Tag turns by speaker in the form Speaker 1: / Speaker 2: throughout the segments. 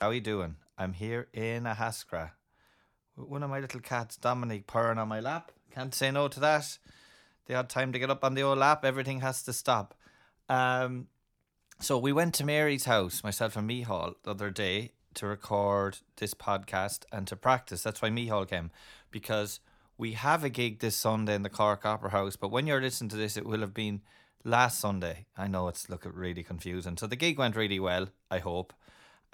Speaker 1: How you doing? I'm here in Ahaskra. W- One of my little cats, Dominic, purring on my lap. Can't say no to that. The odd time to get up on the old lap, everything has to stop. Um, so we went to Mary's house, myself and Mihal, the other day to record this podcast and to practice. That's why Mihal came because we have a gig this Sunday in the Cork Opera House. But when you're listening to this, it will have been last Sunday. I know it's look really confusing. So the gig went really well. I hope.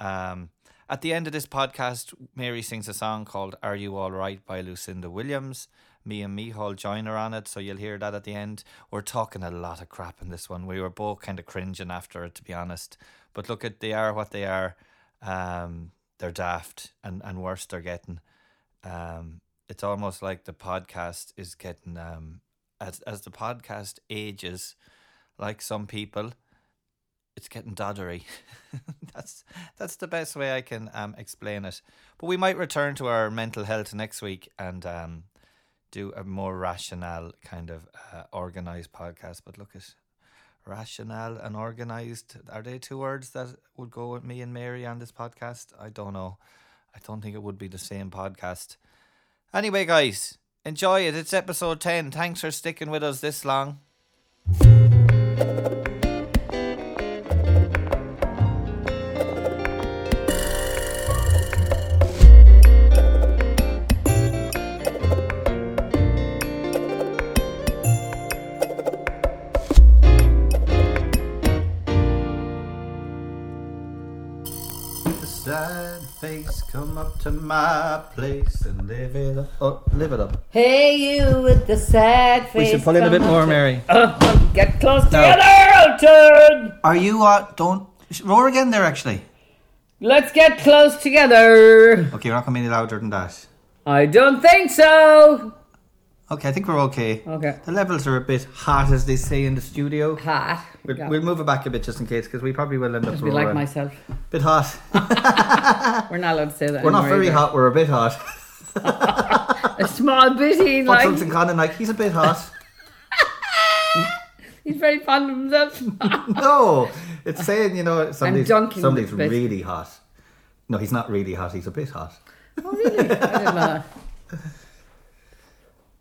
Speaker 1: Um, at the end of this podcast, Mary sings a song called Are You All Right by Lucinda Williams. Me and Mihal join her on it, so you'll hear that at the end. We're talking a lot of crap in this one. We were both kind of cringing after it, to be honest. But look, at they are what they are. Um, they're daft, and, and worse they're getting. Um, it's almost like the podcast is getting, um, as, as the podcast ages, like some people, it's getting doddery. that's that's the best way I can um, explain it. But we might return to our mental health next week and um, do a more rational kind of uh, organized podcast. But look at rational and organized. Are they two words that would go with me and Mary on this podcast? I don't know. I don't think it would be the same podcast. Anyway, guys, enjoy it. It's episode ten. Thanks for sticking with us this long. the sad face come up to my place and live it up. Oh, live it up.
Speaker 2: Hey, you with the sad face. come up to-
Speaker 1: Mary.
Speaker 2: Oh, get close
Speaker 1: No.
Speaker 2: together, Elton!
Speaker 1: Are you uh, don't sh- roar again there actually?
Speaker 2: Let's get close together.
Speaker 1: Okay, you're not gonna be any louder than that.
Speaker 2: I don't think so.
Speaker 1: Okay, I think we're okay.
Speaker 2: Okay.
Speaker 1: The levels are a bit hot, as they say in the studio.
Speaker 2: Hot.
Speaker 1: We'll,
Speaker 2: Yeah.
Speaker 1: we'll move it back a bit just in case, because we probably will end up.
Speaker 2: Just be like
Speaker 1: roaring.
Speaker 2: myself.
Speaker 1: Bit hot.
Speaker 2: We're not allowed to say that.
Speaker 1: We're not
Speaker 2: anymore
Speaker 1: very
Speaker 2: either.
Speaker 1: hot. We're a bit hot.
Speaker 2: A small bitty,
Speaker 1: But
Speaker 2: like
Speaker 1: something kind of like he's a bit hot.
Speaker 2: he's very fond of himself.
Speaker 1: no,
Speaker 2: Oh,
Speaker 1: it's saying you know somebody's
Speaker 2: dunking
Speaker 1: somebody's
Speaker 2: the bit.
Speaker 1: really hot. No, he's not really hot. He's a bit hot.
Speaker 2: oh, really? I didn't know.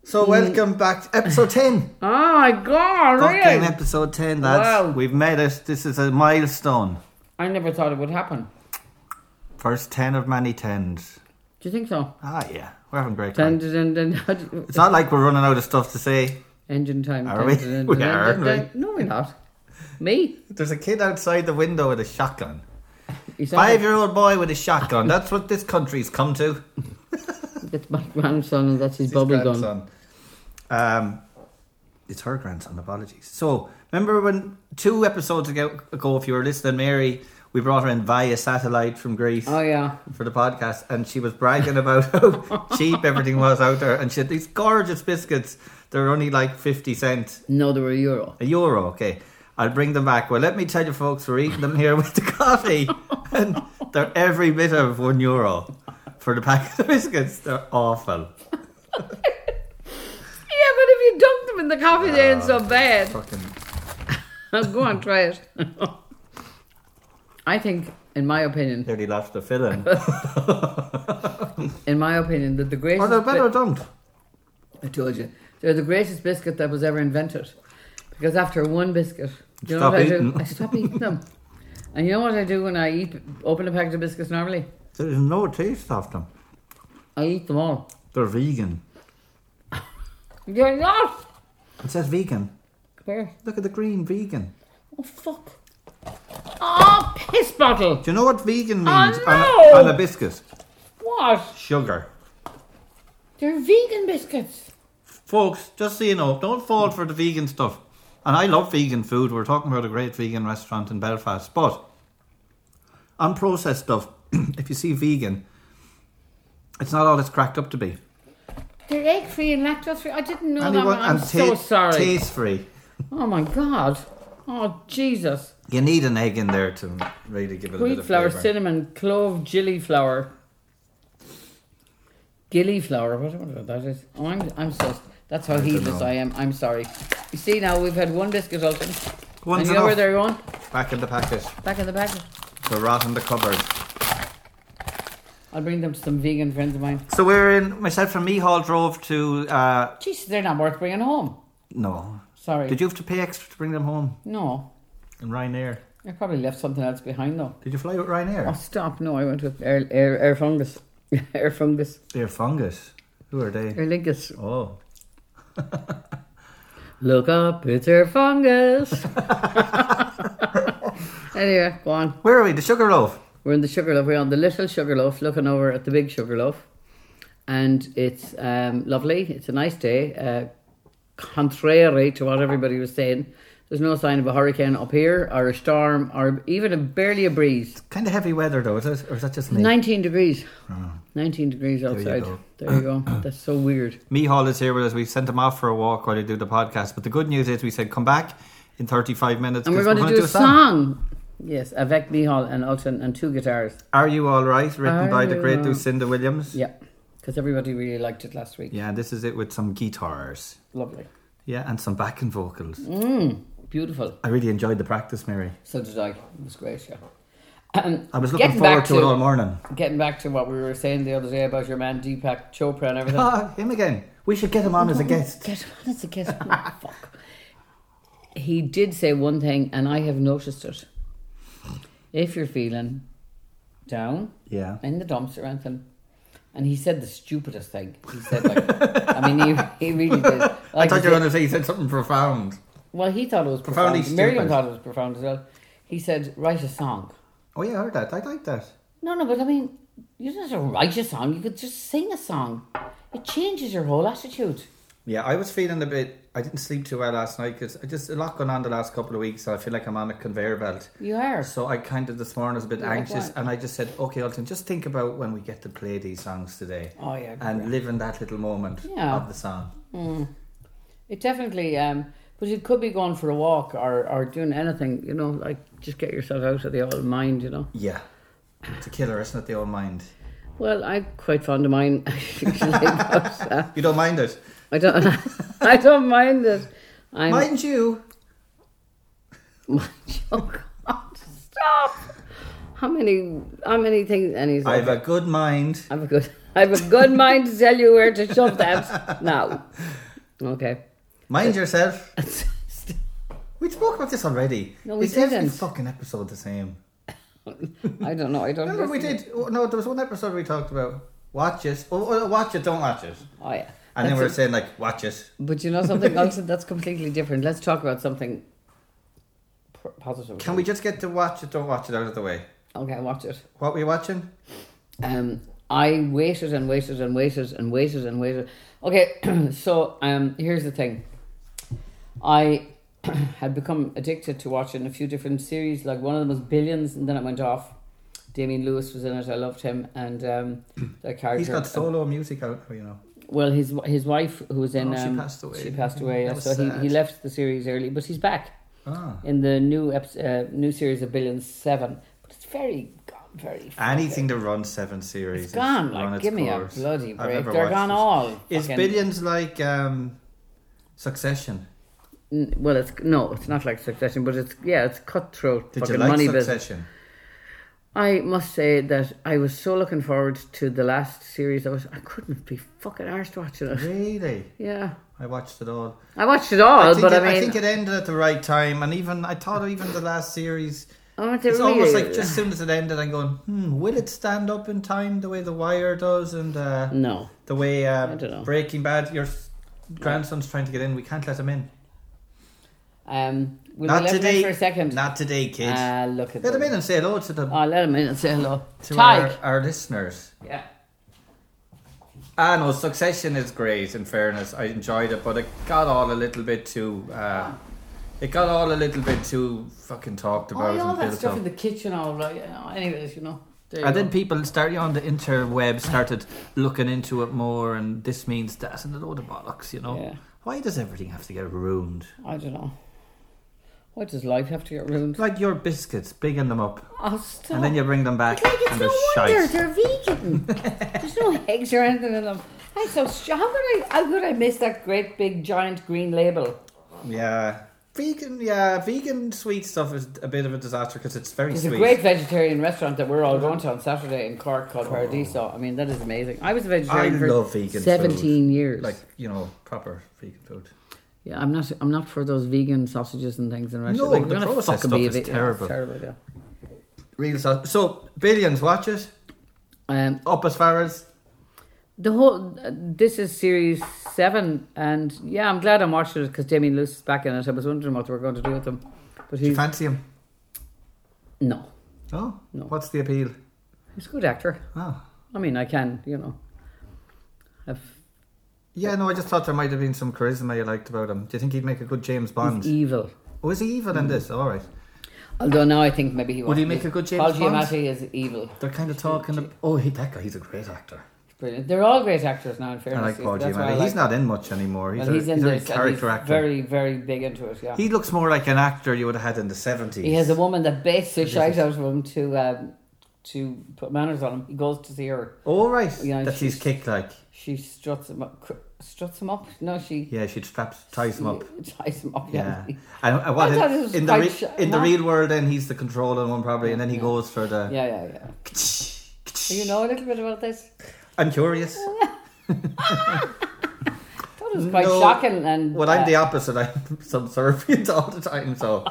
Speaker 1: So welcome back to episode 10.
Speaker 2: Oh my god!
Speaker 1: Mm. Fucking
Speaker 2: Really?
Speaker 1: episode 10, lads.
Speaker 2: Wow.
Speaker 1: We've made it. This is a milestone.
Speaker 2: I never thought it would happen.
Speaker 1: First 10 of many 10s.
Speaker 2: Do you think so?
Speaker 1: Ah, yeah. We're having a great
Speaker 2: Dun,
Speaker 1: time.
Speaker 2: dun, dun, dun.
Speaker 1: It's not like we're running out of stuff to say.
Speaker 2: Engine time.
Speaker 1: Are
Speaker 2: Dun,
Speaker 1: we?
Speaker 2: dun, dun,
Speaker 1: We
Speaker 2: dun,
Speaker 1: are,
Speaker 2: dun,
Speaker 1: aren't
Speaker 2: dun. No, we're not. Me?
Speaker 1: There's a kid outside the window with a shotgun.
Speaker 2: He's not-
Speaker 1: Five year old boy with a shotgun. That's what this country's come to.
Speaker 2: That's my grandson, and that's his,
Speaker 1: His
Speaker 2: bubble gum.
Speaker 1: grandson. Um, it's her grandson, apologies. So, remember when two episodes ago, ago if you were listening, Mary, we brought her in via satellite from Greece.
Speaker 2: Oh yeah,
Speaker 1: for the podcast, and she was bragging about how cheap everything was out there, and she had these gorgeous biscuits. They're only like fifty cents
Speaker 2: no, they were a euro.
Speaker 1: a euro. Okay, I'll bring them back. Well, let me tell you, folks, we're eating them here with the coffee, and they're every bit of one euro for the packet of biscuits. They're awful.
Speaker 2: Yeah, but if you dunk them in the coffee, they ain't
Speaker 1: Ah.
Speaker 2: so bad.
Speaker 1: Fucking
Speaker 2: Go on, try it. I think, in my opinion,
Speaker 1: nearly lost the filling.
Speaker 2: in my opinion, that the
Speaker 1: Or
Speaker 2: greatest.
Speaker 1: they're better dumped.
Speaker 2: bi- I told you, they're the greatest biscuit that was ever invented, because after one biscuit, you know
Speaker 1: Stop
Speaker 2: what I
Speaker 1: eating.
Speaker 2: do? I stop eating them. And you know what I do when I eat, open a packet of biscuits normally?
Speaker 1: There is no taste of them.
Speaker 2: I eat them all.
Speaker 1: They're vegan.
Speaker 2: You're not.
Speaker 1: It says vegan.
Speaker 2: Where?
Speaker 1: Look at the green vegan.
Speaker 2: Oh fuck. Oh, piss bottle.
Speaker 1: Do you know what vegan means
Speaker 2: Oh, no!
Speaker 1: on, a, on a biscuit?
Speaker 2: What?
Speaker 1: Sugar.
Speaker 2: They're vegan biscuits.
Speaker 1: Folks, just so you know, don't fall for the vegan stuff. And I love vegan food. We're talking about a great vegan restaurant in Belfast. But unprocessed stuff, if you see vegan, it's not all it's cracked up to be.
Speaker 2: They're egg free and lactose free. I didn't know that. I'm
Speaker 1: and
Speaker 2: so
Speaker 1: ta-
Speaker 2: sorry.
Speaker 1: Taste free.
Speaker 2: oh my god. Oh Jesus.
Speaker 1: You need an egg in there to really give it a
Speaker 2: Wheat
Speaker 1: bit
Speaker 2: flour,
Speaker 1: of flavour.
Speaker 2: cinnamon, clove, gilly flour. Gilly flour, what- whatever that is. Oh, I'm, I'm so. That's how heedless
Speaker 1: know.
Speaker 2: I am. I'm sorry. You see now, we've had one biscuit open.
Speaker 1: One's
Speaker 2: and you know where
Speaker 1: enough.
Speaker 2: they're going?
Speaker 1: Back in the packet.
Speaker 2: Back in the packet.
Speaker 1: To rot in the cupboard.
Speaker 2: I'll bring them to some vegan friends of mine.
Speaker 1: So we're in myself and Mihal drove to uh
Speaker 2: Jesus, they're not worth bringing home.
Speaker 1: no.
Speaker 2: Sorry.
Speaker 1: Did you have to pay extra to bring them home
Speaker 2: No.
Speaker 1: in Ryanair?
Speaker 2: I probably left something else behind though.
Speaker 1: Did you fly with
Speaker 2: Oh,
Speaker 1: Ryanair?
Speaker 2: stop. No, I went with Air, air, air Fungus. air Fungus.
Speaker 1: They're fungus. Who are they?
Speaker 2: Air Lingus.
Speaker 1: Oh.
Speaker 2: Look up, it's Air Fungus. anyway, go on.
Speaker 1: Where are we? The Sugarloaf.
Speaker 2: We're in the Sugarloaf. We're on the Little Sugarloaf, looking over at the Big Sugarloaf. And it's um, lovely. It's a nice day. Uh, contrary to what everybody was saying, there's no sign of a hurricane up here, or a storm, or even a, barely a breeze.
Speaker 1: Kind of heavy weather though, is it? Or is that just me?
Speaker 2: 19 degrees. 19 degrees
Speaker 1: you
Speaker 2: outside.
Speaker 1: go.
Speaker 2: Ah. There you go. That's so weird.
Speaker 1: Mihal is here with us. We've sent him off for a walk while they do the podcast. But the good news is we said come back in 35 minutes.
Speaker 2: And we're
Speaker 1: 'cause
Speaker 2: going to
Speaker 1: gonna
Speaker 2: do a song. Yes, Avec Mihal and Ulton and two guitars.
Speaker 1: Are You All Right? Written
Speaker 2: Are
Speaker 1: by the
Speaker 2: You
Speaker 1: great
Speaker 2: All-
Speaker 1: Lucinda Williams.
Speaker 2: Yeah, because everybody really liked it last week.
Speaker 1: Yeah, and this is it with some guitars.
Speaker 2: Lovely.
Speaker 1: Yeah, and some backing vocals.
Speaker 2: Beautiful.
Speaker 1: I really enjoyed the practice, Mary.
Speaker 2: So did I. It was great, yeah. Um,
Speaker 1: I was looking
Speaker 2: getting
Speaker 1: forward
Speaker 2: back
Speaker 1: to, it all morning.
Speaker 2: Getting back to what we were saying the other day about your man Deepak Chopra and everything.
Speaker 1: Ah, him again. We should get him on as a guest.
Speaker 2: Guess what? It's a guess. Oh, fuck. He did say one thing, and I have noticed it. If you're feeling down,
Speaker 1: Yeah.
Speaker 2: in the dumpster or anything. And he said the stupidest thing. He said, like, I mean, he, he really did. Like
Speaker 1: I thought
Speaker 2: he
Speaker 1: you were
Speaker 2: said-
Speaker 1: going to say he said something profound.
Speaker 2: Well, he thought it was
Speaker 1: Profoundly
Speaker 2: profound. Miriam
Speaker 1: stupid.
Speaker 2: thought it was profound as well. He said, write a song.
Speaker 1: Oh, yeah, I heard that. I like that.
Speaker 2: No, no, but I mean, you don't have to write a song. You could just sing a song. It changes your whole attitude.
Speaker 1: Yeah, I was feeling a bit. I didn't sleep too well last night because just a lot going on the last couple of weeks, so I feel like I'm on a conveyor belt.
Speaker 2: You are.
Speaker 1: So I kind of this morning was a bit
Speaker 2: Yeah,
Speaker 1: anxious,
Speaker 2: right.
Speaker 1: and I just said, "Okay, Elton, just think about when we get to play these songs today,
Speaker 2: Oh, yeah.
Speaker 1: and live in that little moment
Speaker 2: Yeah.
Speaker 1: of the song."
Speaker 2: It definitely, um, but it could be going for a walk or, or doing anything, you know, like just get yourself out of the old mind, you know.
Speaker 1: Yeah, it's a killer, isn't it? The old mind.
Speaker 2: Well, I'm quite fond of mine, actually. but, uh,
Speaker 1: You don't mind it,
Speaker 2: I don't. I don't mind this. I'm.
Speaker 1: mind you.
Speaker 2: oh God! Stop. How many? How many things? And he's
Speaker 1: I
Speaker 2: like,
Speaker 1: have a good mind.
Speaker 2: I have a good. I have a good mind to tell you where to shove that now. Okay.
Speaker 1: Mind yourself. We spoke about this already.
Speaker 2: No, we
Speaker 1: it's every
Speaker 2: didn't.
Speaker 1: fucking episode the same.
Speaker 2: I don't know. I don't.
Speaker 1: Remember, we
Speaker 2: listen.
Speaker 1: did. oh, No, there was one episode we talked about watch it. Oh, oh, watch it, don't watch it.
Speaker 2: Oh yeah.
Speaker 1: And then
Speaker 2: That's
Speaker 1: we were
Speaker 2: it.
Speaker 1: saying like, watch it.
Speaker 2: But you know something else that's completely different. Let's talk about something p- positive.
Speaker 1: Can we just get to watch it, don't watch it out of the way?
Speaker 2: Okay, watch it.
Speaker 1: What were you watching?
Speaker 2: um, I waited and waited and waited and waited and waited. Okay, so um, here's the thing. I had become addicted to watching a few different series. Like one of them was Billions, and then it went off. Damien Lewis was in it. I loved him, and um, the character. uh,
Speaker 1: He's got solo music out, you know.
Speaker 2: Well, his his wife, who was in,
Speaker 1: Oh, she
Speaker 2: um,
Speaker 1: passed away.
Speaker 2: She passed away.
Speaker 1: That
Speaker 2: yeah,
Speaker 1: was
Speaker 2: so he,
Speaker 1: sad.
Speaker 2: he left the series early, but he's back
Speaker 1: Ah.
Speaker 2: in the new eps uh, new series of Billions Seven. But it's very, God, very.
Speaker 1: Anything to run seven series.
Speaker 2: It's gone.
Speaker 1: has run
Speaker 2: Like,
Speaker 1: its
Speaker 2: give me a
Speaker 1: course.
Speaker 2: bloody
Speaker 1: I've
Speaker 2: break.
Speaker 1: never
Speaker 2: They're
Speaker 1: watched
Speaker 2: gone
Speaker 1: it.
Speaker 2: all.
Speaker 1: Is
Speaker 2: fucking-
Speaker 1: billions like um, Succession?
Speaker 2: N- Well, it's no, it's not like Succession, but it's yeah, it's cutthroat
Speaker 1: Did
Speaker 2: fucking
Speaker 1: you like
Speaker 2: money business.
Speaker 1: Succession?
Speaker 2: I must say that I was so looking forward to the last series. I was, I couldn't be fucking arsed watching it.
Speaker 1: Really?
Speaker 2: Yeah,
Speaker 1: I watched it all.
Speaker 2: I watched it all,
Speaker 1: think
Speaker 2: but
Speaker 1: it,
Speaker 2: I mean,
Speaker 1: think it ended at the right time, and even I thought even the last series.
Speaker 2: I went to
Speaker 1: It's almost
Speaker 2: really-
Speaker 1: like just as soon as it ended, I'm going, hmm, will it stand up in time the way The Wire does, and uh,
Speaker 2: no.
Speaker 1: the way
Speaker 2: I don't
Speaker 1: uh,
Speaker 2: know.
Speaker 1: Breaking Bad? Your s- grandson's trying to get in. We can't let him in.
Speaker 2: Um, we'll
Speaker 1: Not
Speaker 2: let him
Speaker 1: today.
Speaker 2: in for a second.
Speaker 1: Not today, kid.
Speaker 2: Ah, look at
Speaker 1: let him in
Speaker 2: them.
Speaker 1: and say hello to the
Speaker 2: Oh, let him in and say hello.
Speaker 1: to
Speaker 2: Tyke.
Speaker 1: our, our listeners.
Speaker 2: Yeah.
Speaker 1: Ah, no, Succession is great. In fairness, I enjoyed it, but it got all a little bit too. Uh, it got all a little bit too fucking talked
Speaker 2: Oh,
Speaker 1: about
Speaker 2: yeah, all
Speaker 1: and
Speaker 2: that
Speaker 1: built
Speaker 2: stuff
Speaker 1: up.
Speaker 2: in the kitchen, all right. You know, anyways, you know. There you
Speaker 1: And then
Speaker 2: go.
Speaker 1: people start on the interweb started looking into it more, and this means that, and a load of bollocks, you know.
Speaker 2: Yeah.
Speaker 1: Why does everything have to get ruined?
Speaker 2: I don't know. Why does life have to get ruined?
Speaker 1: Like your biscuits, bigging them up,
Speaker 2: Oh, stop.
Speaker 1: and then you bring them back,
Speaker 2: It's like it's
Speaker 1: and
Speaker 2: no
Speaker 1: they're
Speaker 2: wonder
Speaker 1: shite.
Speaker 2: they're vegan. There's no eggs or anything in them. I'm so sh- how could I how could I miss that great big giant green label?
Speaker 1: Yeah, Vegan, yeah, vegan sweet stuff is a bit of a disaster because it's very
Speaker 2: There's
Speaker 1: sweet.
Speaker 2: a great vegetarian restaurant that we're all going to on Saturday in Cork called Paradiso. I mean, that is amazing. I was a
Speaker 1: I
Speaker 2: vegetarian for
Speaker 1: love vegan.
Speaker 2: seventeen
Speaker 1: food.
Speaker 2: years.
Speaker 1: like you know, proper vegan food.
Speaker 2: yeah, I'm not. I'm not for those vegan sausages and things in restaurants.
Speaker 1: No,
Speaker 2: like,
Speaker 1: the
Speaker 2: we're gonna
Speaker 1: processed
Speaker 2: fucking
Speaker 1: stuff
Speaker 2: be a
Speaker 1: is
Speaker 2: bit- yeah,
Speaker 1: terrible.
Speaker 2: it's terrible. Yeah.
Speaker 1: Real stuff. So billions, watch it
Speaker 2: Um,
Speaker 1: up as far as
Speaker 2: the whole uh, this is series seven, and yeah, I'm glad I'm watching it because Damien Luce is back in it. I was wondering what they were going to do with him, but
Speaker 1: you
Speaker 2: he's
Speaker 1: fancy him.
Speaker 2: no,
Speaker 1: No?
Speaker 2: No.
Speaker 1: What's the appeal?
Speaker 2: he's a good actor.
Speaker 1: Oh.
Speaker 2: I mean, I can, you know, have
Speaker 1: Yeah, no, I just thought there might have been some charisma you liked about him. Do you think he'd make a good James
Speaker 2: he's e- Mm.
Speaker 1: Bond?
Speaker 2: evil.
Speaker 1: Oh, is he evil in this? All right.
Speaker 2: Although now I think maybe he
Speaker 1: Would he
Speaker 2: won't.
Speaker 1: make a good James
Speaker 2: Paul
Speaker 1: Bond?
Speaker 2: Giamatti is evil.
Speaker 1: They're kind of talking. ab- oh, he, that guy, he's a great actor.
Speaker 2: Brilliant. They're all great actors now. In
Speaker 1: I
Speaker 2: fairness,
Speaker 1: like Paul
Speaker 2: That's why I
Speaker 1: Giamatti.
Speaker 2: like
Speaker 1: He's not in much anymore. He's,
Speaker 2: Well,
Speaker 1: a,
Speaker 2: he's in
Speaker 1: he's
Speaker 2: this
Speaker 1: a
Speaker 2: and
Speaker 1: character
Speaker 2: he's
Speaker 1: actor.
Speaker 2: very, very big into it. Yeah,
Speaker 1: He looks more like an actor you would have had in the 70s.
Speaker 2: he has a woman that baits the shite out of him to um, to put manners on him. He goes to see her.
Speaker 1: Oh, right.
Speaker 2: Yeah,
Speaker 1: That's his
Speaker 2: she's-
Speaker 1: kick like.
Speaker 2: She struts him up. cr- Struts him up. No, she
Speaker 1: Yeah, she'd strap, ties him up.
Speaker 2: Ties him up.
Speaker 1: Yeah.
Speaker 2: Yeah.
Speaker 1: And, and what
Speaker 2: I
Speaker 1: in,
Speaker 2: thought it was
Speaker 1: in the
Speaker 2: quite
Speaker 1: re-
Speaker 2: sh-
Speaker 1: in the
Speaker 2: no.
Speaker 1: real world, then he's the controlling one probably, and then he
Speaker 2: Yeah.
Speaker 1: goes for the.
Speaker 2: Yeah, yeah, yeah. Do you know a little bit about this?
Speaker 1: I'm curious.
Speaker 2: I thought it was quite
Speaker 1: No.
Speaker 2: shocking. And
Speaker 1: Well, I'm
Speaker 2: uh,
Speaker 1: the opposite. I'm subservient all the time, so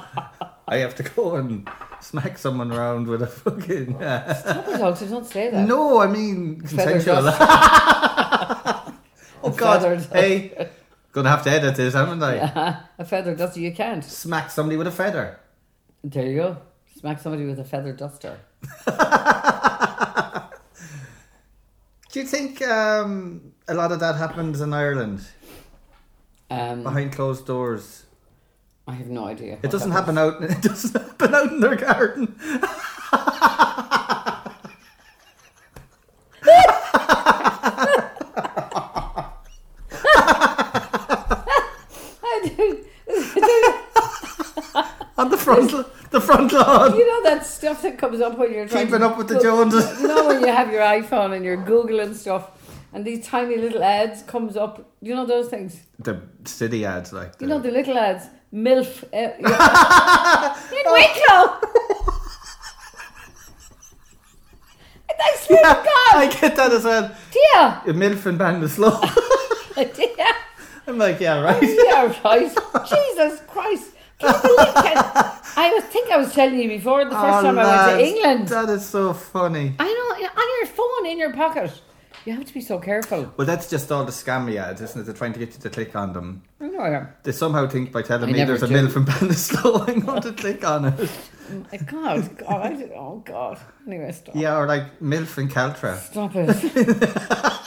Speaker 1: I have to go and smack someone around with a fucking. uh,
Speaker 2: stop it, Alton, don't say that.
Speaker 1: no, I mean
Speaker 2: Feather
Speaker 1: consensual.
Speaker 2: dust.
Speaker 1: oh God!
Speaker 2: Feather dust.
Speaker 1: Hey, gonna have to edit this, haven't I?
Speaker 2: a feather duster, you can't.
Speaker 1: Smack somebody with a feather.
Speaker 2: There you go. Smack somebody with a feather duster.
Speaker 1: Do you think um, a lot of that happens in Ireland
Speaker 2: Um,
Speaker 1: behind closed doors?
Speaker 2: I have no idea.
Speaker 1: It doesn't happen out. It doesn't happen out in their garden.
Speaker 2: happen.
Speaker 1: On the front, the front lawn.
Speaker 2: You know that stuff that comes up when you're trying
Speaker 1: Keeping
Speaker 2: to
Speaker 1: up with the Joneses.
Speaker 2: You know when you have your iPhone and you're googling stuff, and these tiny little ads comes up. You know those things.
Speaker 1: The city ads, like.
Speaker 2: You
Speaker 1: the-
Speaker 2: know the little ads. Milf eh, yeah. in Wicklow. and I swear to
Speaker 1: I get that as well.
Speaker 2: God,
Speaker 1: A MILF and Bang the Slow.
Speaker 2: dear, dear,
Speaker 1: I'm like, yeah, right.
Speaker 2: dear, right? Jesus Christ! Can you believe that? I was think I was telling you before the first
Speaker 1: Oh,
Speaker 2: time I went
Speaker 1: lads,
Speaker 2: to England.
Speaker 1: That is so funny.
Speaker 2: I know on your phone in your pocket. You have to be so careful.
Speaker 1: Well, that's just all the scammy ads, isn't it? They're trying to get you to click on them.
Speaker 2: I know I am.
Speaker 1: They somehow think by telling
Speaker 2: I
Speaker 1: me
Speaker 2: never
Speaker 1: there's a
Speaker 2: do.
Speaker 1: MILF and Bang the Slow, I'm going to click on it.
Speaker 2: My God, God, I did- oh God. Anyway, stop.
Speaker 1: Yeah, or like MILF and Caltra.
Speaker 2: Stop it.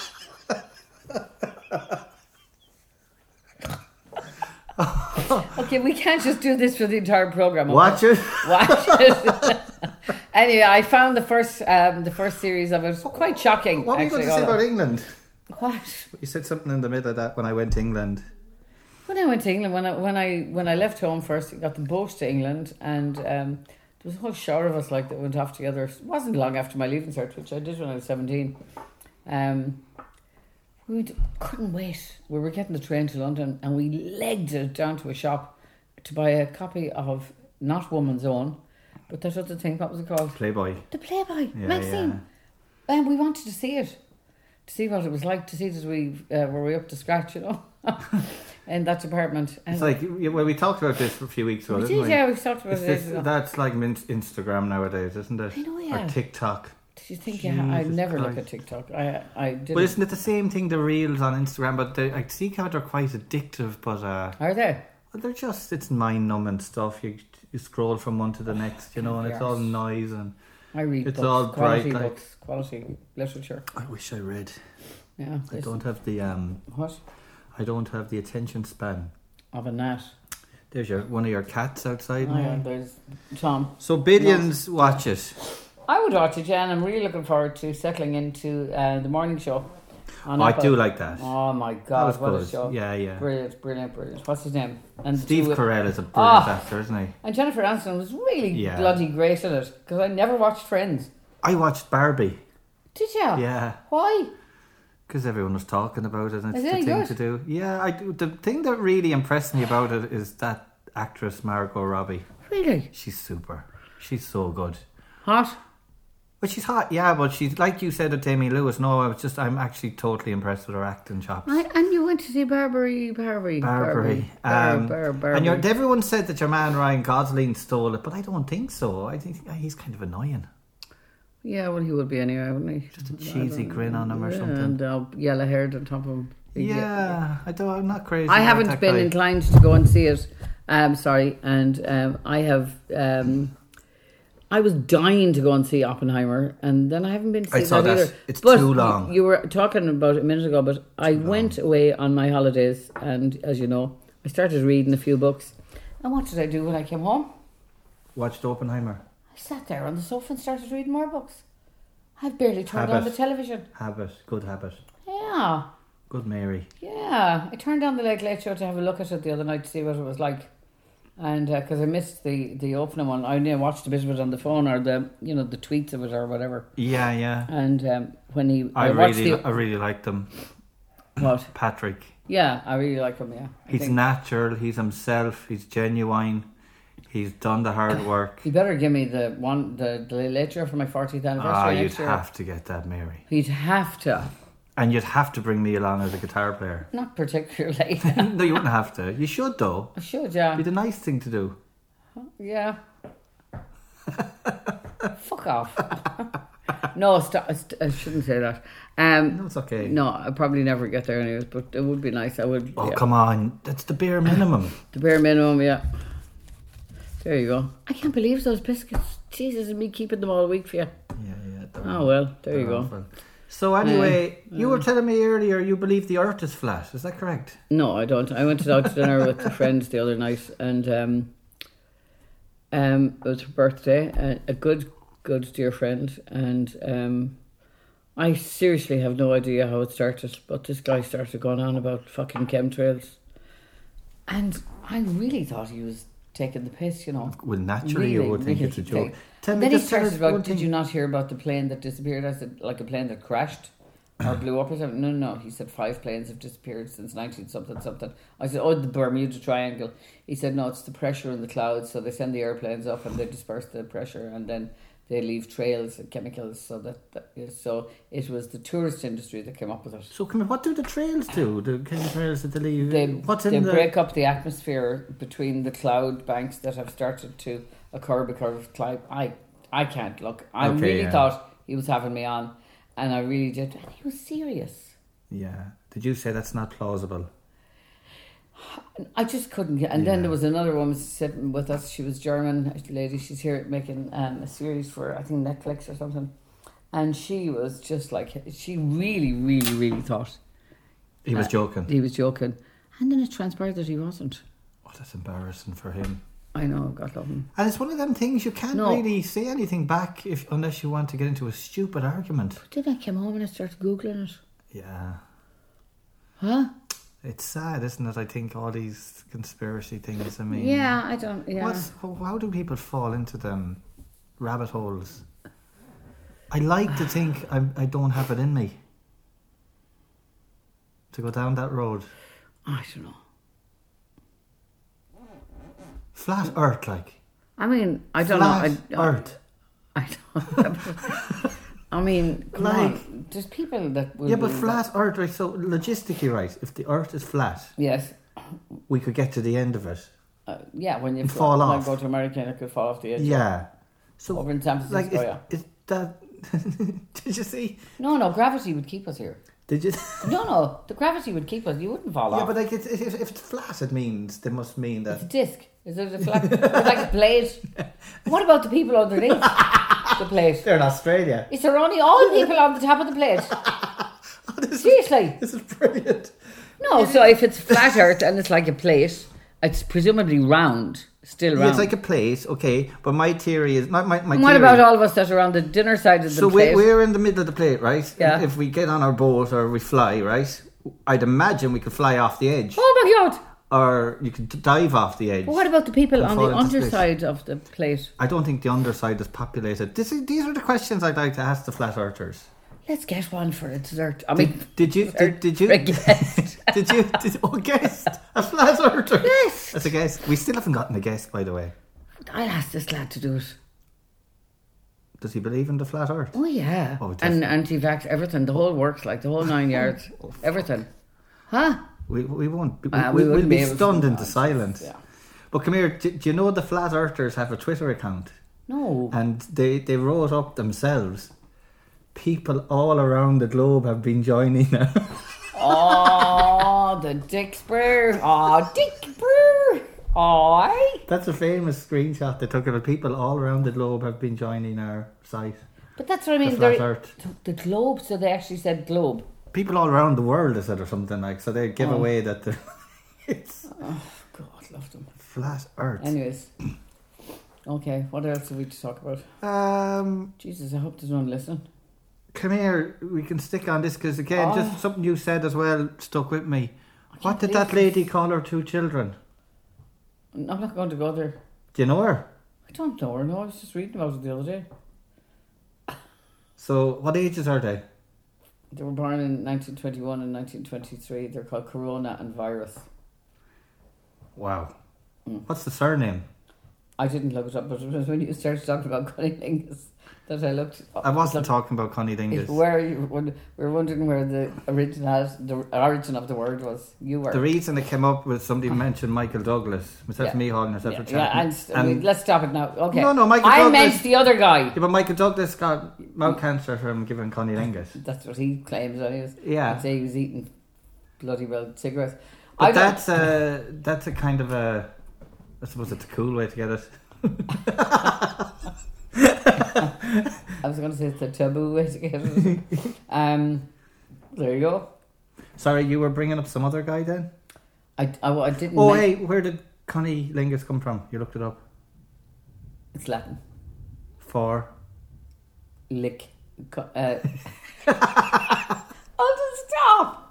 Speaker 2: okay, we can't just do this for the entire program.
Speaker 1: Watch it.
Speaker 2: Watch it. anyway, I found the first um, the first series of it quite shocking.
Speaker 1: What were you
Speaker 2: actually,
Speaker 1: going to say
Speaker 2: all
Speaker 1: about England?
Speaker 2: of- what?
Speaker 1: You said something in the middle of that when I went to England.
Speaker 2: When I went to England, when I when I when I left home first, I got the boat to England, and um, there was a whole shower of us like that went off together. It wasn't long after my leaving cert, which I did when I was seventeen. Um, we d- couldn't wait. We were getting the train to London, and we legged it down to a shop to buy a copy of not Woman's Own, but that other thing. What was it called?
Speaker 1: Playboy.
Speaker 2: The Playboy
Speaker 1: Yeah,
Speaker 2: magazine. And Um, we wanted to see it, to see what it was like, to see that we uh, were we up to scratch, you know, in that department. And
Speaker 1: It's like, you- well, we talked about this a few weeks ago,
Speaker 2: Oh. we
Speaker 1: didn't
Speaker 2: did,
Speaker 1: we?
Speaker 2: yeah, we talked about
Speaker 1: It's
Speaker 2: it.
Speaker 1: this-
Speaker 2: ages ago.
Speaker 1: that's like min- Instagram nowadays, isn't it?
Speaker 2: I know, yeah.
Speaker 1: Or TikTok.
Speaker 2: Did you think? Yeah, I
Speaker 1: Jesus
Speaker 2: never look
Speaker 1: Christ.
Speaker 2: at TikTok. I I didn't.
Speaker 1: Well, isn't it the same thing? The reels on Instagram, but they, I see how they're quite addictive. But uh,
Speaker 2: Are they?
Speaker 1: they're just it's mind numbing stuff. You you scroll from one to the next, you know, and it's all
Speaker 2: Yes.
Speaker 1: noise. And
Speaker 2: I read
Speaker 1: It's
Speaker 2: books,
Speaker 1: all
Speaker 2: quality
Speaker 1: bright, like-
Speaker 2: books, quality literature.
Speaker 1: I wish I read.
Speaker 2: Yeah,
Speaker 1: I
Speaker 2: it's-
Speaker 1: don't have the um.
Speaker 2: What
Speaker 1: I don't have the attention span.
Speaker 2: of a gnat?
Speaker 1: There's your one of your cats outside.
Speaker 2: Oh,
Speaker 1: now.
Speaker 2: yeah, there's Tom.
Speaker 1: So billions watch it.
Speaker 2: I would watch it, yeah, and I'm really looking forward to settling into uh, the morning show. on
Speaker 1: Oh, I
Speaker 2: Apple.
Speaker 1: do like that.
Speaker 2: Oh my
Speaker 1: that
Speaker 2: God,
Speaker 1: was
Speaker 2: what a
Speaker 1: good.
Speaker 2: show!
Speaker 1: yeah, yeah.
Speaker 2: Brilliant, brilliant, brilliant. What's his name? And
Speaker 1: Steve
Speaker 2: two-
Speaker 1: Carell is a brilliant
Speaker 2: Ah.
Speaker 1: actor, isn't he?
Speaker 2: And Jennifer Aniston was really
Speaker 1: Yeah.
Speaker 2: bloody great in it because I never watched Friends.
Speaker 1: I watched Barbie.
Speaker 2: Did you?
Speaker 1: Yeah.
Speaker 2: Why?
Speaker 1: Because everyone was talking about it, and it's
Speaker 2: Is
Speaker 1: the
Speaker 2: it any
Speaker 1: thing
Speaker 2: good?
Speaker 1: to do. Yeah, I do. The thing that really impressed me about it is that actress Margot Robbie.
Speaker 2: Really?
Speaker 1: She's super. She's so good.
Speaker 2: Hot?
Speaker 1: But she's hot, yeah. But she's like you said of Jamie Lewis. No, I was just I'm actually totally impressed with her acting chops.
Speaker 2: I, and you went to see Barbary, Barbary,
Speaker 1: Barbary.
Speaker 2: Barbary,
Speaker 1: Um,
Speaker 2: Bar- Bar-
Speaker 1: and
Speaker 2: Barbary.
Speaker 1: you're, everyone said that your man Ryan Gosling stole it, but I don't think so. I think uh, he's kind of annoying.
Speaker 2: Yeah, well, he would be anyway, wouldn't he? Just
Speaker 1: a cheesy grin on him or
Speaker 2: And
Speaker 1: something.
Speaker 2: uh, yellow haired on top of him.
Speaker 1: Yeah, I don't. I'm not crazy.
Speaker 2: I
Speaker 1: about
Speaker 2: haven't
Speaker 1: that
Speaker 2: been
Speaker 1: guy.
Speaker 2: inclined to go and see it. Um, sorry, and um, I have. Um, I was dying to go and see Oppenheimer, and then I haven't been. To see
Speaker 1: I saw that.
Speaker 2: either.
Speaker 1: It's
Speaker 2: But
Speaker 1: too long.
Speaker 2: You, you were talking about it a minute ago, but I went away on my holidays, and as you know, I started reading a few books. And what did I do when I came home?
Speaker 1: Watched Oppenheimer.
Speaker 2: I sat there on the sofa and started reading more books. I barely turned on
Speaker 1: Habit.
Speaker 2: the television.
Speaker 1: Habit. Good habit.
Speaker 2: Yeah.
Speaker 1: Good Mary.
Speaker 2: Yeah, I turned on the Late Late Show to have a look at it the other night to see what it was like, and because I missed the the opening one, I only watched a bit of it on the phone or the you know the tweets of it or whatever.
Speaker 1: Yeah, yeah.
Speaker 2: And um, when he,
Speaker 1: I,
Speaker 2: watched
Speaker 1: really,
Speaker 2: the
Speaker 1: I really like them.
Speaker 2: what?
Speaker 1: Patrick.
Speaker 2: Yeah, I really like him. Yeah, I
Speaker 1: He's
Speaker 2: think-
Speaker 1: natural. He's himself. He's genuine. He's done the hard work.
Speaker 2: You better give me the one the, the Late Late Show for my 40th anniversary
Speaker 1: Ah, you'd
Speaker 2: next year.
Speaker 1: have to get that, Mary.
Speaker 2: He'd have to,
Speaker 1: And you'd have to bring me along as a guitar player.
Speaker 2: not particularly.
Speaker 1: no, you wouldn't have to. You should, though.
Speaker 2: I should, yeah,
Speaker 1: It'd be the nice thing to do.
Speaker 2: yeah. Fuck off. no, stop. st- I shouldn't say that. Um,
Speaker 1: No, it's okay.
Speaker 2: No, I probably never get there anyways, but it would be nice. I would.
Speaker 1: Oh,
Speaker 2: yeah.
Speaker 1: come on. That's the bare minimum.
Speaker 2: The bare minimum, yeah. There you go. I can't believe those biscuits. Jesus, and me keeping them all week for you.
Speaker 1: yeah, yeah. they're
Speaker 2: Oh well, there you go. Um,
Speaker 1: awful. So, anyway, you were telling me earlier you believe the earth is flat. Is that correct?
Speaker 2: No, I don't. I went out to dinner with the friends the other night, and um, um, it was her birthday. A, a good, good dear friend, and um, I seriously have no idea how it started, but this guy started going on about fucking chemtrails, and I really thought he was taking the piss, you know.
Speaker 1: Well, naturally, you
Speaker 2: Really,
Speaker 1: would think
Speaker 2: really
Speaker 1: it's a joke.
Speaker 2: take-
Speaker 1: Tell
Speaker 2: And
Speaker 1: me
Speaker 2: then he
Speaker 1: just tell
Speaker 2: started
Speaker 1: us
Speaker 2: about,
Speaker 1: one
Speaker 2: did
Speaker 1: thing.
Speaker 2: you not hear about the plane that disappeared? I said, like a plane that crashed or blew up or something. No, no, he said five planes have disappeared since 19 something something. I said, oh, the Bermuda Triangle. He said, no, it's the pressure in the clouds. So they send the airplanes up and they disperse the pressure and then they leave trails and chemicals. So that, that so it was the tourist industry that came up with it.
Speaker 1: So, come on, what do the trails do? The kind of trails that they leave?
Speaker 2: They,
Speaker 1: What's
Speaker 2: they
Speaker 1: in the...
Speaker 2: break up the atmosphere between the cloud banks that have started to occur because of climate. I, I can't look. I
Speaker 1: Okay,
Speaker 2: really
Speaker 1: yeah.
Speaker 2: thought he was having me on, and I really did. And he was serious.
Speaker 1: Yeah. Did you say that's not plausible?
Speaker 2: And I just couldn't get. And then there was another woman sitting with us. She was German a lady. She's here making um, a series for I think Netflix or something, and she was just like she really, really, really thought
Speaker 1: He
Speaker 2: Uh,
Speaker 1: was joking.
Speaker 2: he was joking, and then it transpired that he wasn't.
Speaker 1: Oh, that's embarrassing for him.
Speaker 2: I know. God love him.
Speaker 1: And it's one of them things you can't
Speaker 2: No.
Speaker 1: really say anything back if unless you want to get into a stupid argument.
Speaker 2: Then I came home and I started googling it.
Speaker 1: Yeah.
Speaker 2: Huh?
Speaker 1: It's sad, isn't it? I think all these conspiracy things. I mean,
Speaker 2: yeah, I don't. Yeah.
Speaker 1: What's, how how do people fall into them rabbit holes? I like to think I, I don't have it in me to go down that road.
Speaker 2: I don't know.
Speaker 1: Flat earth, like.
Speaker 2: I mean, I don't
Speaker 1: Flat
Speaker 2: know. I,
Speaker 1: earth.
Speaker 2: I, don't. I mean, come on.
Speaker 1: Like-
Speaker 2: There's people that will
Speaker 1: Yeah, but
Speaker 2: believe
Speaker 1: flat earth, right? So, logistically, right, if the earth is flat,
Speaker 2: that. Yes.
Speaker 1: we could get to the end of it.
Speaker 2: Uh, yeah, when you
Speaker 1: And fall
Speaker 2: when I
Speaker 1: off.
Speaker 2: go to America, and I could fall off the edge.
Speaker 1: Yeah. So,
Speaker 2: Over in San
Speaker 1: like, is,
Speaker 2: Francisco, oh, yeah.
Speaker 1: is that. did you see?
Speaker 2: No, no, gravity would keep us here.
Speaker 1: Did you.
Speaker 2: No, no, the gravity would keep us. You wouldn't fall
Speaker 1: yeah,
Speaker 2: off.
Speaker 1: but like, it's, if, if it's flat, it means, they must mean
Speaker 2: It's a
Speaker 1: that.
Speaker 2: disc. Is it a flat? it's like a plate. What about the people underneath the plate?
Speaker 1: They're in Australia.
Speaker 2: Is there only all people on the top of the plate?
Speaker 1: this, is,
Speaker 2: Seriously.
Speaker 1: this is brilliant.
Speaker 2: No, so if it's flat earth and it's like a plate, it's presumably round, still round.
Speaker 1: Yeah, it's like a place, okay, but my theory is. My, my, my
Speaker 2: and what
Speaker 1: theory,
Speaker 2: about all of us that are on the dinner side of the
Speaker 1: So we,
Speaker 2: plate?
Speaker 1: we're in the middle of the plate, right?
Speaker 2: Yeah.
Speaker 1: If we get on our boat or we fly, right? I'd imagine we could fly off the edge,
Speaker 2: oh my god!
Speaker 1: or you could d- dive off the edge.
Speaker 2: But what about the people
Speaker 1: And
Speaker 2: on
Speaker 1: fall
Speaker 2: the
Speaker 1: into space.
Speaker 2: underside of the plate?
Speaker 1: I don't think the underside is populated. This is, these are the questions I'd like to ask the flat earthers.
Speaker 2: let's get one for a dessert. I mean,
Speaker 1: Did you? Did, did you?
Speaker 2: for a guest.
Speaker 1: Did you? Did, oh, guest. A flat order.
Speaker 2: Yes.
Speaker 1: That's a guest. We still haven't gotten a guest, by the way.
Speaker 2: I'll ask this lad to do it.
Speaker 1: Does he believe in the flat earth?
Speaker 2: Oh yeah.
Speaker 1: Oh,
Speaker 2: and
Speaker 1: definitely.
Speaker 2: anti-vax, everything, the whole works, like the whole nine yards, everything. Huh?
Speaker 1: We, we won't. We,
Speaker 2: Ah, we
Speaker 1: we, will
Speaker 2: wouldn't be
Speaker 1: be,
Speaker 2: able to
Speaker 1: stunned
Speaker 2: do
Speaker 1: into
Speaker 2: that.
Speaker 1: silence.
Speaker 2: Yeah.
Speaker 1: But come here. Do, do you know the flat earthers have a Twitter account?
Speaker 2: No.
Speaker 1: and they they wrote up themselves. People all around the globe have been joining now.
Speaker 2: oh, the Dick Brew. Oh, Dick Brew. Aye.
Speaker 1: That's a famous screenshot they took of it. People all around the globe have been joining our site.
Speaker 2: But that's what I
Speaker 1: The
Speaker 2: mean.
Speaker 1: flat
Speaker 2: they're-
Speaker 1: earth.
Speaker 2: The globe, so they actually said globe.
Speaker 1: People all around the world is it or something like so they
Speaker 2: Oh.
Speaker 1: give away that the it's
Speaker 2: God, love them.
Speaker 1: flat earth.
Speaker 2: Anyways. Okay, what else have we to talk about?
Speaker 1: Um
Speaker 2: Jesus, I hope there's one listening.
Speaker 1: come here, we can stick on this because
Speaker 2: Oh.
Speaker 1: again, just something you said as well stuck with me. What did that lady call her two children?
Speaker 2: I'm not going to go there.
Speaker 1: Do you know her?
Speaker 2: I don't know her, no. I was just reading about it the other day.
Speaker 1: So what ages are they?
Speaker 2: They were born in 1921 and 1923. They're called Corona and Virus.
Speaker 1: Wow.
Speaker 2: Hmm.
Speaker 1: What's the surname?
Speaker 2: I didn't look it up, but it was when you started talking about cunnilingus that I looked. Up.
Speaker 1: I wasn't talking about cunnilingus.
Speaker 2: Where you won- we were wondering where the origin has the origin of the word was. You were.
Speaker 1: The reason it came up was somebody mentioned Michael Douglas. Myself,
Speaker 2: Uh-huh. Yeah.
Speaker 1: yeah. Mihal, and myself were
Speaker 2: yeah, yeah,
Speaker 1: chatting.
Speaker 2: and, st- we- let's stop it now. Okay.
Speaker 1: No, no, Michael
Speaker 2: I
Speaker 1: Douglas-
Speaker 2: meant the other guy.
Speaker 1: yeah, but Michael Douglas got mouth cancer from giving cunnilingus.
Speaker 2: That's what he claims. Anyways,
Speaker 1: Yeah.
Speaker 2: I'd say he was eating bloody well cigarettes.
Speaker 1: But
Speaker 2: don't-
Speaker 1: that's a that's a kind of a I suppose it's a cool way to get it.
Speaker 2: I was going to say it's a taboo way to get it. um, there you go.
Speaker 1: Sorry, you were bringing up some other guy then.
Speaker 2: I, I, I didn't.
Speaker 1: Oh,
Speaker 2: men-
Speaker 1: hey, where did cunnilingus come from? You looked it up.
Speaker 2: It's Latin.
Speaker 1: For
Speaker 2: Lick. co- Uh, oh, just stop!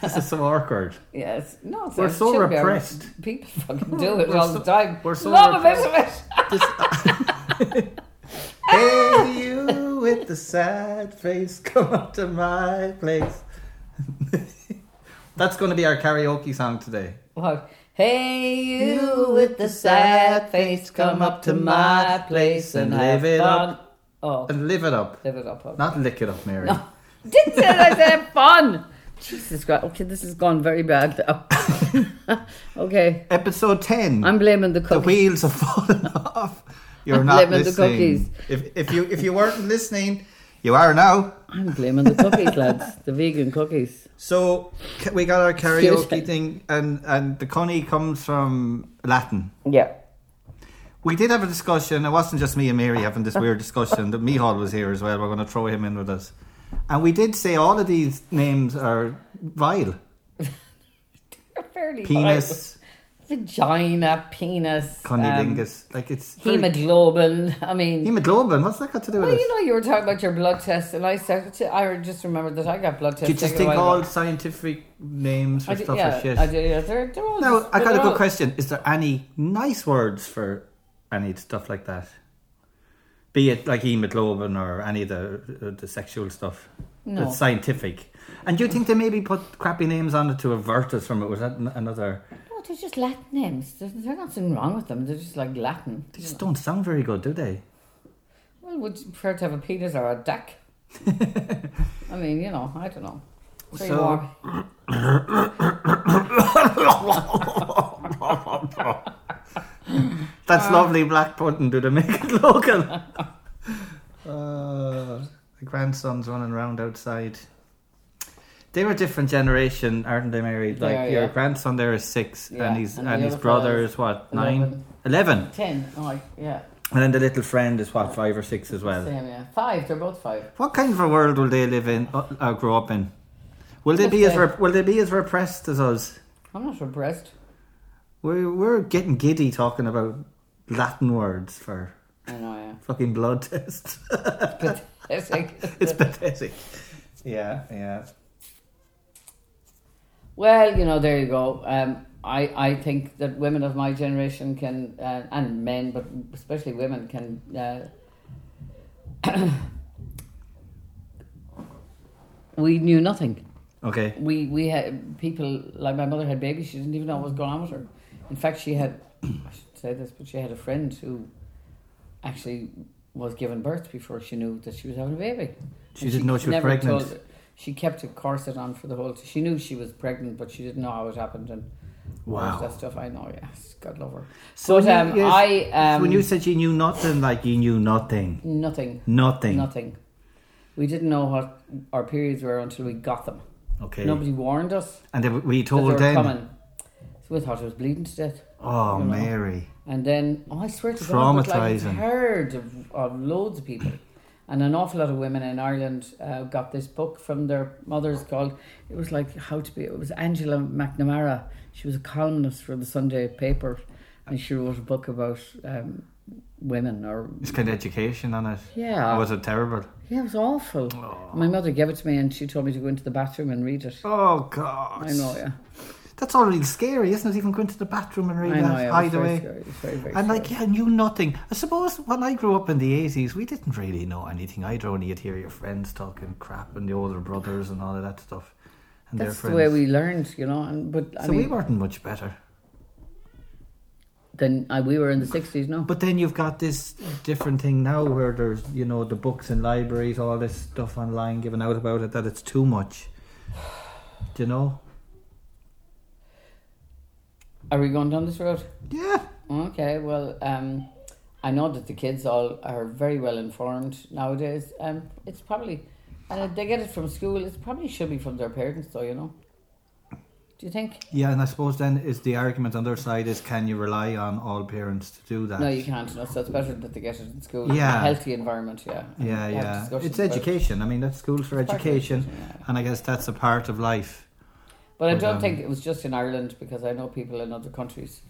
Speaker 1: this is so awkward.
Speaker 2: Yes, no. It's
Speaker 1: We're
Speaker 2: it
Speaker 1: so
Speaker 2: should be.
Speaker 1: repressed.
Speaker 2: People fucking do it
Speaker 1: We're
Speaker 2: all
Speaker 1: so-
Speaker 2: the time.
Speaker 1: we're so
Speaker 2: Love a bit of it.
Speaker 1: This, hey, you with the sad face, come up to my place. That's going to be our karaoke song today.
Speaker 2: What? Hey, you with the sad face, come up to my place and have
Speaker 1: live it
Speaker 2: fun.
Speaker 1: up.
Speaker 2: Oh,
Speaker 1: And live it up,
Speaker 2: live it up. Okay.
Speaker 1: not lick it up, Mary.
Speaker 2: Didn't say that I said have fun. Jesus Christ. Okay, this has gone very bad now. okay,
Speaker 1: Episode 10
Speaker 2: I'm blaming the
Speaker 1: The
Speaker 2: cookies.
Speaker 1: wheels have fallen off. You're not
Speaker 2: Lemon the
Speaker 1: listening.
Speaker 2: cookies.
Speaker 1: If, if, you, if you weren't listening, you are now.
Speaker 2: I'm blaming the cookies, lads. The vegan cookies.
Speaker 1: So ca- we got our
Speaker 2: Excuse me.
Speaker 1: karaoke thing, and, and the cunny comes from Latin.
Speaker 2: Yeah.
Speaker 1: We did have a discussion. It wasn't just me and Mary having this weird discussion. That Mihal was here as well. We're going to throw him in with us. And we did say all of these names are vile.
Speaker 2: Fairly
Speaker 1: Penis,
Speaker 2: vagina, penis,
Speaker 1: cunnilingus. like it's
Speaker 2: um,
Speaker 1: very-
Speaker 2: hemoglobin. I mean,
Speaker 1: hemoglobin. What's that got to do with
Speaker 2: well,
Speaker 1: it?
Speaker 2: you know, you were talking about your blood test, and I started to. I just remembered that I got blood tests.
Speaker 1: Do you just
Speaker 2: taken a
Speaker 1: think
Speaker 2: while
Speaker 1: all
Speaker 2: ago.
Speaker 1: scientific names for
Speaker 2: I did,
Speaker 1: stuff
Speaker 2: yeah,
Speaker 1: are shit?
Speaker 2: I did. Yeah, they're, they're all.
Speaker 1: Now
Speaker 2: just-
Speaker 1: I got a
Speaker 2: they're
Speaker 1: good
Speaker 2: all-
Speaker 1: question. Is there any nice words for any stuff like that? Be it like hemoglobin or any of the uh, the sexual stuff.
Speaker 2: No.
Speaker 1: That's scientific. And do you think they maybe put crappy names on it to avert us from it? Was that n- another?
Speaker 2: No, they're just Latin names. There's, there's nothing wrong with them. They're just like Latin.
Speaker 1: They just don't sound very good, do they?
Speaker 2: Well, would you prefer to have a penis or a duck? I mean, you know, I don't know. Pretty
Speaker 1: So-
Speaker 2: warm.
Speaker 1: That's lovely black pudding. Do they make it local? uh, the grandson's running around outside. They're a different generation, aren't they, Mary?
Speaker 2: They
Speaker 1: Like
Speaker 2: are,
Speaker 1: your
Speaker 2: yeah.
Speaker 1: grandson there is six,
Speaker 2: Yeah,
Speaker 1: and he's
Speaker 2: and
Speaker 1: and,
Speaker 2: the
Speaker 1: his
Speaker 2: other fella
Speaker 1: brother
Speaker 2: is
Speaker 1: is what
Speaker 2: eleven.
Speaker 1: nine, eleven,
Speaker 2: Ten. Oh, like, yeah.
Speaker 1: and then the little friend is what five or six as well.
Speaker 2: Same, yeah. Five. They're both five.
Speaker 1: What kind of a world will they live in uh, or grow up in? Will they be as
Speaker 2: Okay.
Speaker 1: rep- will they be as repressed as us?
Speaker 2: I'm not impressed.
Speaker 1: We're we're getting giddy talking about Latin words for
Speaker 2: I know, yeah.
Speaker 1: fucking blood tests.
Speaker 2: But it's like-
Speaker 1: it's pathetic. Yeah, yeah.
Speaker 2: well, you know, there you go. Um, I, I think that women of my generation can, uh, and men, but especially women, can uh, we knew nothing.
Speaker 1: Okay.
Speaker 2: We we had people like my mother had babies. She didn't even know what was going on with her. In fact, she had I should say this, but she had a friend who actually was given birth before she knew that she was having a baby.
Speaker 1: She didn't know she was
Speaker 2: never
Speaker 1: pregnant.
Speaker 2: told- she kept a corset on for the whole. She knew she was pregnant, but she didn't know how it happened and all of
Speaker 1: Wow.
Speaker 2: that stuff. I know. Yes, God love her.
Speaker 1: So
Speaker 2: So
Speaker 1: when
Speaker 2: um,
Speaker 1: you- yes,
Speaker 2: I um,
Speaker 1: so when you said you knew nothing, like you knew nothing,
Speaker 2: nothing,
Speaker 1: nothing.
Speaker 2: nothing. We didn't know what our periods were until we got them.
Speaker 1: Okay.
Speaker 2: Nobody warned us
Speaker 1: and they, we
Speaker 2: that they were
Speaker 1: told them.
Speaker 2: coming. So we thought it was bleeding to death.
Speaker 1: Oh,
Speaker 2: you know.
Speaker 1: Mary.
Speaker 2: And then, oh, I swear to God, but, like, I've
Speaker 1: Traumatising.
Speaker 2: heard of, of loads of people. And an awful lot of women in Ireland uh, got this book from their mothers called, it was like How to Be, it was Angela McNamara. She was a columnist for the Sunday paper and she wrote a book about um, women or,
Speaker 1: It's kind of education on it.
Speaker 2: yeah.
Speaker 1: Was it terrible?
Speaker 2: yeah, it was awful. My mother gave it to me and she told me to go into the bathroom and read it.
Speaker 1: Oh God.
Speaker 2: I know, yeah.
Speaker 1: That's already scary, isn't it? Even going to the bathroom and read
Speaker 2: I know,
Speaker 1: that.
Speaker 2: yeah. it was
Speaker 1: Hide
Speaker 2: very
Speaker 1: away.
Speaker 2: scary, it was very, very
Speaker 1: And
Speaker 2: scary.
Speaker 1: like, yeah, I knew nothing. I suppose when I grew up in the eighties, we didn't really know anything. I'd only you'd hear your friends talking crap and the older brothers and all of that stuff. And
Speaker 2: That's
Speaker 1: their friends.
Speaker 2: the way we learned, you know. And but I
Speaker 1: so
Speaker 2: mean,
Speaker 1: we weren't much better.
Speaker 2: then uh, we were in the sixties, no?
Speaker 1: But then you've got this different thing now where there's, you know, the books and libraries, all this stuff online given out about it that it's too much. Do you know?
Speaker 2: Are we going down this road?
Speaker 1: Yeah.
Speaker 2: Okay, well, um, I know that the kids all are very well informed nowadays. Um, it's probably, and if they get it from school. It probably should be from their parents, though. You know. Do you think?
Speaker 1: Yeah, and I suppose then is the argument on their side is can you rely on all parents to do that?
Speaker 2: No, you can't. No, so it's better that they get it in school.
Speaker 1: Yeah.
Speaker 2: A healthy environment. Yeah. And
Speaker 1: Yeah,
Speaker 2: have
Speaker 1: yeah.
Speaker 2: discussions
Speaker 1: It's
Speaker 2: about it.
Speaker 1: education. I mean, that's school for
Speaker 2: It's part of
Speaker 1: education,
Speaker 2: education, yeah.
Speaker 1: and I guess that's a part of life.
Speaker 2: But I
Speaker 1: But,
Speaker 2: don't
Speaker 1: um,
Speaker 2: think it was just in Ireland because I know people in other countries.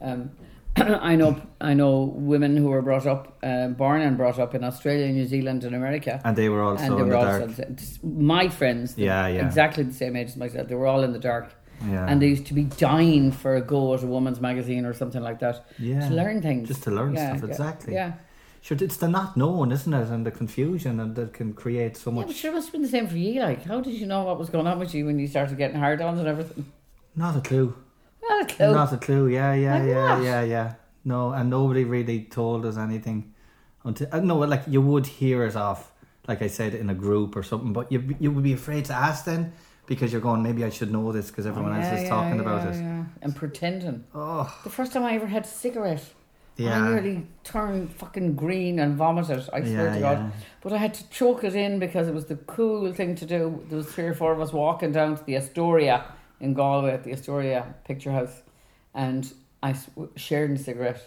Speaker 2: Um, I know I know women who were brought up, uh, born and brought up in Australia, New Zealand, and America,
Speaker 1: And they were also
Speaker 2: and they
Speaker 1: in
Speaker 2: were
Speaker 1: the
Speaker 2: all
Speaker 1: dark.
Speaker 2: my friends. the-
Speaker 1: Yeah, yeah.
Speaker 2: exactly the same age as myself. They were all in the dark,
Speaker 1: Yeah.
Speaker 2: and they used to be dying for a go at a woman's magazine or something like that
Speaker 1: Yeah.
Speaker 2: to learn things,
Speaker 1: Just to learn
Speaker 2: Yeah,
Speaker 1: stuff,
Speaker 2: yeah,
Speaker 1: exactly.
Speaker 2: Yeah,
Speaker 1: Sure, it's the not known, isn't it, and the confusion, and that can create so
Speaker 2: yeah,
Speaker 1: much.
Speaker 2: but sure, it must have been the same for you. Like, how did you know what was going on with you when you started getting hard-ons and everything?
Speaker 1: Not a clue.
Speaker 2: Not a clue.
Speaker 1: Not a clue. Yeah, yeah,
Speaker 2: Oh. Like
Speaker 1: yeah,
Speaker 2: what?
Speaker 1: yeah, yeah. No, and nobody really told us anything until uh, no, like you would hear it off, like I said, in a group or something. But you you would be afraid to ask then because you're going, maybe I should know this because everyone
Speaker 2: Yeah,
Speaker 1: else is
Speaker 2: Oh, yeah,
Speaker 1: talking about
Speaker 2: yeah,
Speaker 1: it.
Speaker 2: yeah. And pretending.
Speaker 1: Oh,
Speaker 2: The first time I ever had a cigarette,
Speaker 1: yeah.
Speaker 2: I nearly turned fucking green and vomited. I swear
Speaker 1: Yeah,
Speaker 2: to God.
Speaker 1: yeah.
Speaker 2: But I had to choke it in because it was the cool thing to do. There was three or four of us walking down to the Astoria in Galway at the Astoria Picture House, and I s- w- shared a cigarette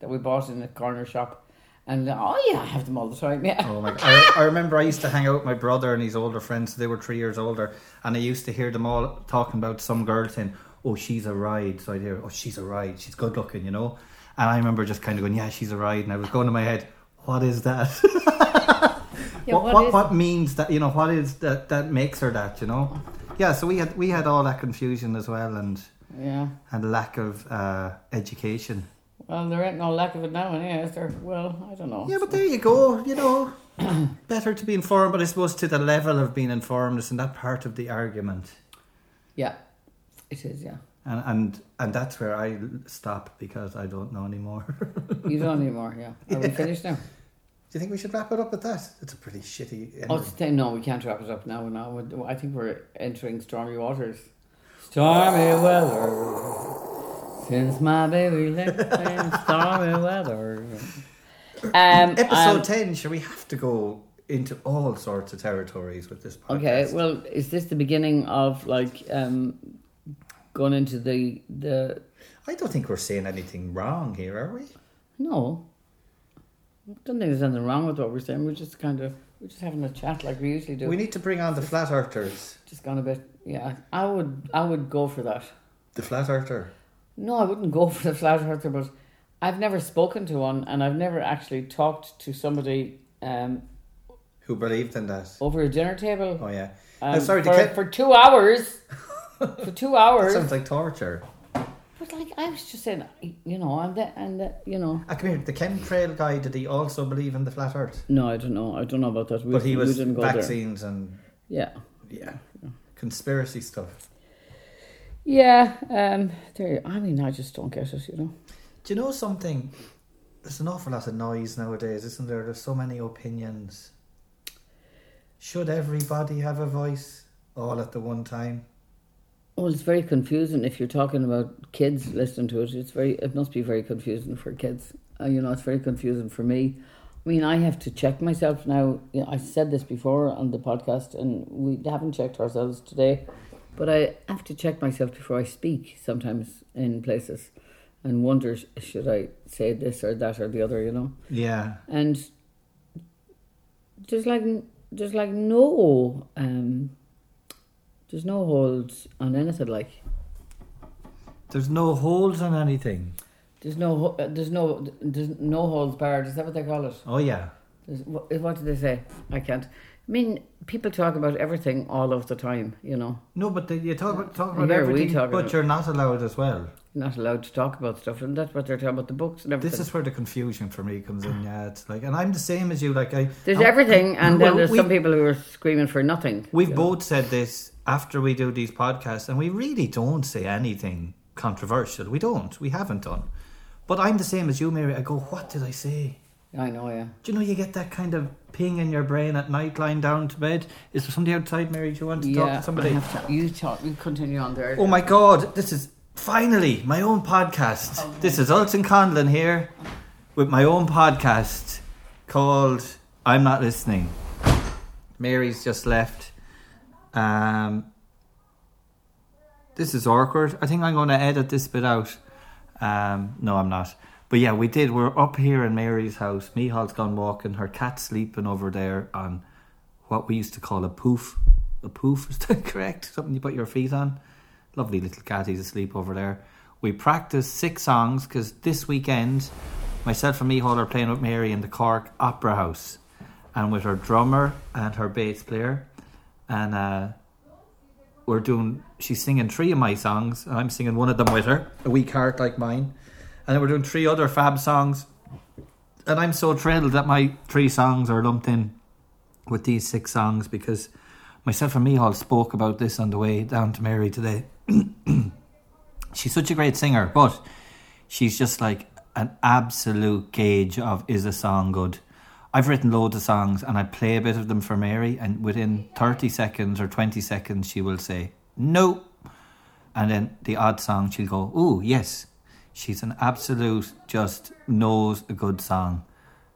Speaker 2: that we bought in a corner shop. And oh yeah, I have them all the time. Yeah.
Speaker 1: Oh my! I, I remember I used to hang out with my brother and his older friends. They were three years older, and I used to hear them all talking about some girl saying, "Oh, she's a ride." So I'd hear, "Oh, she's a ride. She's good looking," you know. And I remember just kind of going, "Yeah, she's a ride," and I was going in my head, "What is that?
Speaker 2: Yeah,
Speaker 1: what,
Speaker 2: what
Speaker 1: what, what,
Speaker 2: is-
Speaker 1: means that? You know, what is that that makes her that? You know?" Yeah. So we had we had all that confusion as well, and
Speaker 2: Yeah.
Speaker 1: and lack of uh, education.
Speaker 2: Well, there ain't no lack of it now, anyway. Is there? Well, I don't know.
Speaker 1: Yeah, but there you go. You know, better to be informed, but I suppose to the level of being informed is in that part of the argument,
Speaker 2: yeah, it is. Yeah.
Speaker 1: and and and that's where I stop because I don't know anymore. Do
Speaker 2: You don't anymore, yeah. Are we finished now?
Speaker 1: you think we should wrap it up with that? It's a pretty shitty. End.
Speaker 2: Oh, stay, no, we can't wrap it up now. Now We're- I think we're entering stormy waters. Stormy weather. Since my baby left, in stormy weather. Um,
Speaker 1: Episode
Speaker 2: um,
Speaker 1: ten. Sure, we have to go into all sorts of territories with this podcast.
Speaker 2: Okay, well, is this the beginning of like um, going into the the?
Speaker 1: I don't think we're saying anything wrong here, are we?
Speaker 2: No, I don't think there's anything wrong with what we're saying. We're just kind of we're just having a chat like we usually do.
Speaker 1: We need to bring on the flat earthers.
Speaker 2: just gone a bit. Yeah, I would I would go for that.
Speaker 1: The flat earther.
Speaker 2: No, I wouldn't go for the flat earther, but I've never spoken to one, and I've never actually talked to somebody um,
Speaker 1: Who believed in that?
Speaker 2: over a dinner table.
Speaker 1: Oh yeah.
Speaker 2: um,
Speaker 1: I'm sorry.
Speaker 2: for,
Speaker 1: the ca-
Speaker 2: for two hours. for two
Speaker 1: that
Speaker 2: hours.
Speaker 1: sounds like torture.
Speaker 2: But like I was just saying, you know, and that, and that, you know.
Speaker 1: Ah, come here. The chemtrail guy, did he also believe in the flat earth?
Speaker 2: No, I don't know. I don't know about that. We,
Speaker 1: But he
Speaker 2: we
Speaker 1: was
Speaker 2: didn't go there.
Speaker 1: vaccines and
Speaker 2: Yeah.
Speaker 1: yeah, conspiracy stuff.
Speaker 2: Yeah, um, there. I mean, I just don't get it, you know.
Speaker 1: Do you know something? There's an awful lot of noise nowadays, isn't there? There's so many opinions. Should everybody have a voice all at the one time?
Speaker 2: Well, it's very confusing if you're talking about kids listening to it. It's very, it must be very confusing for kids. Uh, you know, it's very confusing for me. I mean, I have to check myself now. You know, I said this before on the podcast, and we haven't checked ourselves today, but I have to check myself before I speak sometimes in places, and wonder should I say this or that or the other, you know
Speaker 1: Yeah.
Speaker 2: and there's like there's like no um there's no holds on anything like
Speaker 1: There's no holds on anything.
Speaker 2: there's no ho- uh, there's no there's no holds barred is that what they call it
Speaker 1: Oh yeah.
Speaker 2: there's, what, what do they say i can't i mean people talk about everything all of the time you know
Speaker 1: No, but the, you talk about, talk about
Speaker 2: Here we
Speaker 1: everything,
Speaker 2: talk
Speaker 1: but
Speaker 2: about-
Speaker 1: you're not allowed as well.
Speaker 2: You're not allowed to talk about stuff and that's what they're talking about the books and everything
Speaker 1: This is where the confusion for me comes in. Yeah, it's like, and I'm the same as you. Like I,
Speaker 2: there's
Speaker 1: I-
Speaker 2: everything and
Speaker 1: Well,
Speaker 2: then there's
Speaker 1: we-
Speaker 2: some people who are screaming for nothing
Speaker 1: We've
Speaker 2: you know.
Speaker 1: both said this after we do these podcasts, and we really don't say anything controversial. We don't. We haven't done. But I'm the same as you, Mary. I go, what did I say?
Speaker 2: i know yeah
Speaker 1: Do you know you get that kind of ping in your brain at night, lying down to bed? Is there somebody outside, Mary? Do you want to
Speaker 2: yeah
Speaker 1: talk to somebody?
Speaker 2: I have to- you talk you continue on there
Speaker 1: Oh my God! This is finally my own podcast.
Speaker 2: Oh,
Speaker 1: This is Alton Conlon here with my own podcast called "I'm Not Listening." Mary's just left. Um, this is awkward. I think I'm going to edit this bit out. Um, no, I'm not. But yeah, we did. We're up here in Mary's house. Mihal's gone walking. Her cat's sleeping over there on what we used to call a poof. A poof, is that correct? Something you put your feet on. Lovely little cat. He's asleep over there. We practiced six songs because this weekend, myself and Mihal are playing with Mary in the Cork Opera House and with her drummer and her bass player. And uh, we're doing she's singing three of my songs and I'm singing one of them with her a weak heart like mine and then we're doing three other fab songs and I'm so thrilled that my three songs are lumped in with these six songs because myself and Mihal spoke about this on the way down to Mary today she's such a great singer but she's just like an absolute gauge of is a song good I've written loads of songs and I play a bit of them for Mary, and within 30 seconds or 20 seconds, she will say, No. And then the odd song, she'll go, Ooh, yes. She's an absolute, just knows a good song.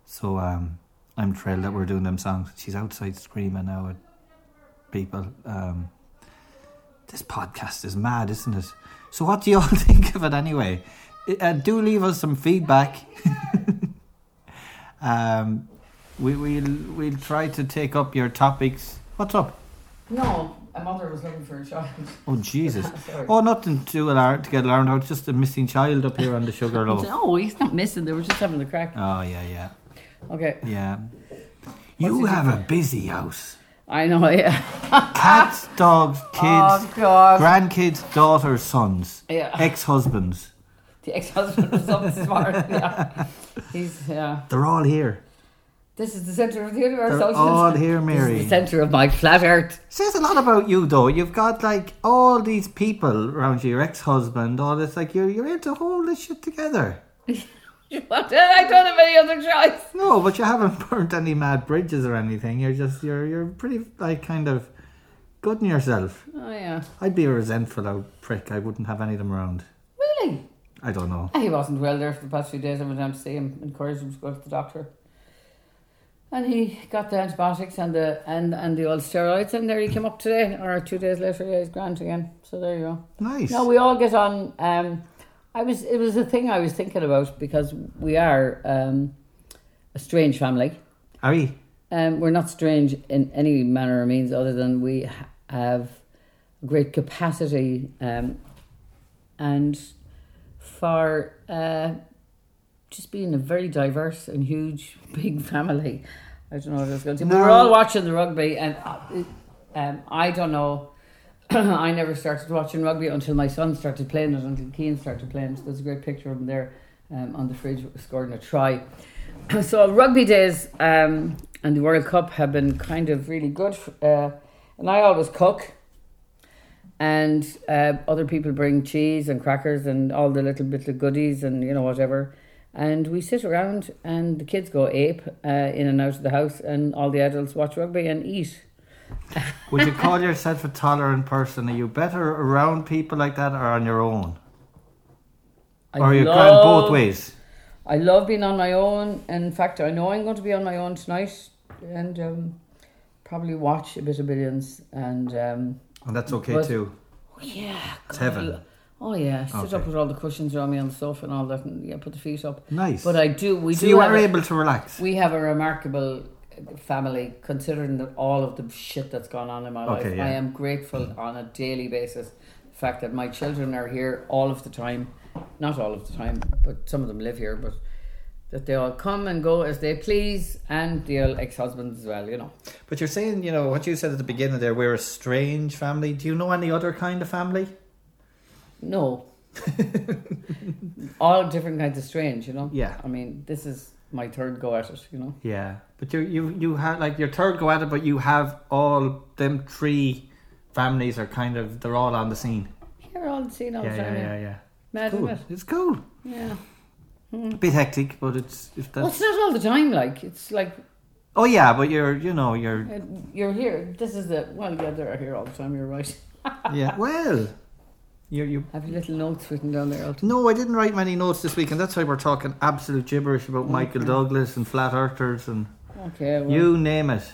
Speaker 1: So um, I'm thrilled that we're doing them songs. She's outside screaming now at people. Um, this podcast is mad, isn't it? So, what do you all think of it anyway? Uh, do leave us some feedback. Um, we will we'll try to take up your topics. What's up?
Speaker 2: No, a mother was looking for a child.
Speaker 1: Oh Jesus!
Speaker 2: Sorry.
Speaker 1: Oh, nothing to alarm to get alarmed. I was just a missing child up here on the sugar loaf.
Speaker 2: No, he's not missing. They were just having the crack.
Speaker 1: Oh yeah, yeah,
Speaker 2: Okay,
Speaker 1: yeah. You
Speaker 2: it
Speaker 1: have a busy house.
Speaker 2: I know. Yeah.
Speaker 1: Cats, dogs, kids,
Speaker 2: Oh God.
Speaker 1: grandkids, daughters, sons,
Speaker 2: Yeah.
Speaker 1: ex-husbands.
Speaker 2: the ex-husband was so smart. Yeah. He's yeah.
Speaker 1: They're all here.
Speaker 2: This is the center of the universe.
Speaker 1: They're
Speaker 2: Oceans.
Speaker 1: all here,
Speaker 2: This is the
Speaker 1: Mary.
Speaker 2: center of my flat earth.
Speaker 1: Says a lot about you, though. You've got like all these people around you, your ex-husband, all this. Like you're you're into all this shit together.
Speaker 2: What? I don't have any other choice.
Speaker 1: No, but you haven't burnt any mad bridges or anything. You're just you're you're pretty like kind of good in yourself.
Speaker 2: Oh yeah.
Speaker 1: I'd be a resentful old prick. I wouldn't have any of them around.
Speaker 2: Really?
Speaker 1: I don't know.
Speaker 2: He wasn't well there for the past few days. I went down to see him, encouraged him to go to the doctor. And he got the antibiotics and the and, and the old steroids, and there he came up today, or two days later, yeah, he's grand again. So there you go.
Speaker 1: Nice.
Speaker 2: No, we all get on. Um, I was. It was a thing I was thinking about because we are um, a strange family.
Speaker 1: Are you?
Speaker 2: Um, we're not strange in any manner or means, other than we ha- have great capacity um, and for uh, just being a very diverse and huge, big family. I don't know what I was going to. say. We were
Speaker 1: No.
Speaker 2: all watching the rugby, and uh, it- um, I don't know. I never started watching rugby until my son started playing it, until Keane started playing. So there's a great picture of him there um, on the fridge scoring a try. so rugby days um, and the World Cup have been kind of really good. For, uh, And I always cook. And uh, other people bring cheese and crackers and all the little bits of goodies and you know whatever. And we sit around and the kids go ape uh, in and out of the house and all the adults watch rugby and eat.
Speaker 3: Would you call yourself a tolerant person? Are you better around people like that or on your own?
Speaker 2: I
Speaker 3: Or are Oh, you going
Speaker 2: love-
Speaker 3: both ways?
Speaker 2: I love being on my own. In fact, I know I'm going to be on my own tonight and um, probably watch a bit of Billions. And um,
Speaker 3: And Oh, that's okay
Speaker 2: But-
Speaker 3: too.
Speaker 2: Oh, yeah,
Speaker 3: It's
Speaker 2: God,
Speaker 3: heaven.
Speaker 2: Oh yeah, sit
Speaker 3: Okay.
Speaker 2: up with all the cushions around me on the sofa and all that, and yeah, put the feet up.
Speaker 3: Nice.
Speaker 2: But I do. We
Speaker 3: so
Speaker 2: do.
Speaker 3: you
Speaker 2: have
Speaker 3: are
Speaker 2: a-
Speaker 3: able to relax.
Speaker 2: we have a remarkable family, considering that all of the shit that's gone on in my
Speaker 3: Okay,
Speaker 2: life.
Speaker 3: yeah.
Speaker 2: I am grateful on a daily basis. The fact that my children are here all of the time, not all of the time, but some of them live here, but that they all come and go as they please, and the ex husbands as well, you know.
Speaker 3: But you're saying, you know, what you said at the beginning there, we're a strange family. Do you know any other kind of family?
Speaker 2: No. all different kinds of strange, you know?
Speaker 3: Yeah.
Speaker 2: I mean, this is my third go at it, you know?
Speaker 3: Yeah. But you you you have like your third go at it, but you have all them three families are kind of they're all on the scene.
Speaker 2: You're all seeing all the
Speaker 3: Yeah, yeah,
Speaker 2: time. yeah.
Speaker 3: yeah, yeah.
Speaker 2: Mad,
Speaker 3: Cool.
Speaker 2: isn't it?
Speaker 3: It's cool.
Speaker 2: Yeah.
Speaker 3: A bit hectic, but it's if
Speaker 2: Well, it's
Speaker 3: that's
Speaker 2: not all the time, like, it's like
Speaker 3: Oh yeah, but you're you know, you're
Speaker 2: Uh, You're here. This is the well. Yeah, they're here all the time. You're right.
Speaker 3: yeah. Well you you
Speaker 2: I have your little notes written down there. Alton.
Speaker 3: No, I didn't write many notes this week and that's why we're talking absolute gibberish
Speaker 2: Mm.
Speaker 3: about Michael Douglas and flat earthers and
Speaker 2: Okay. Well, you
Speaker 3: you name it.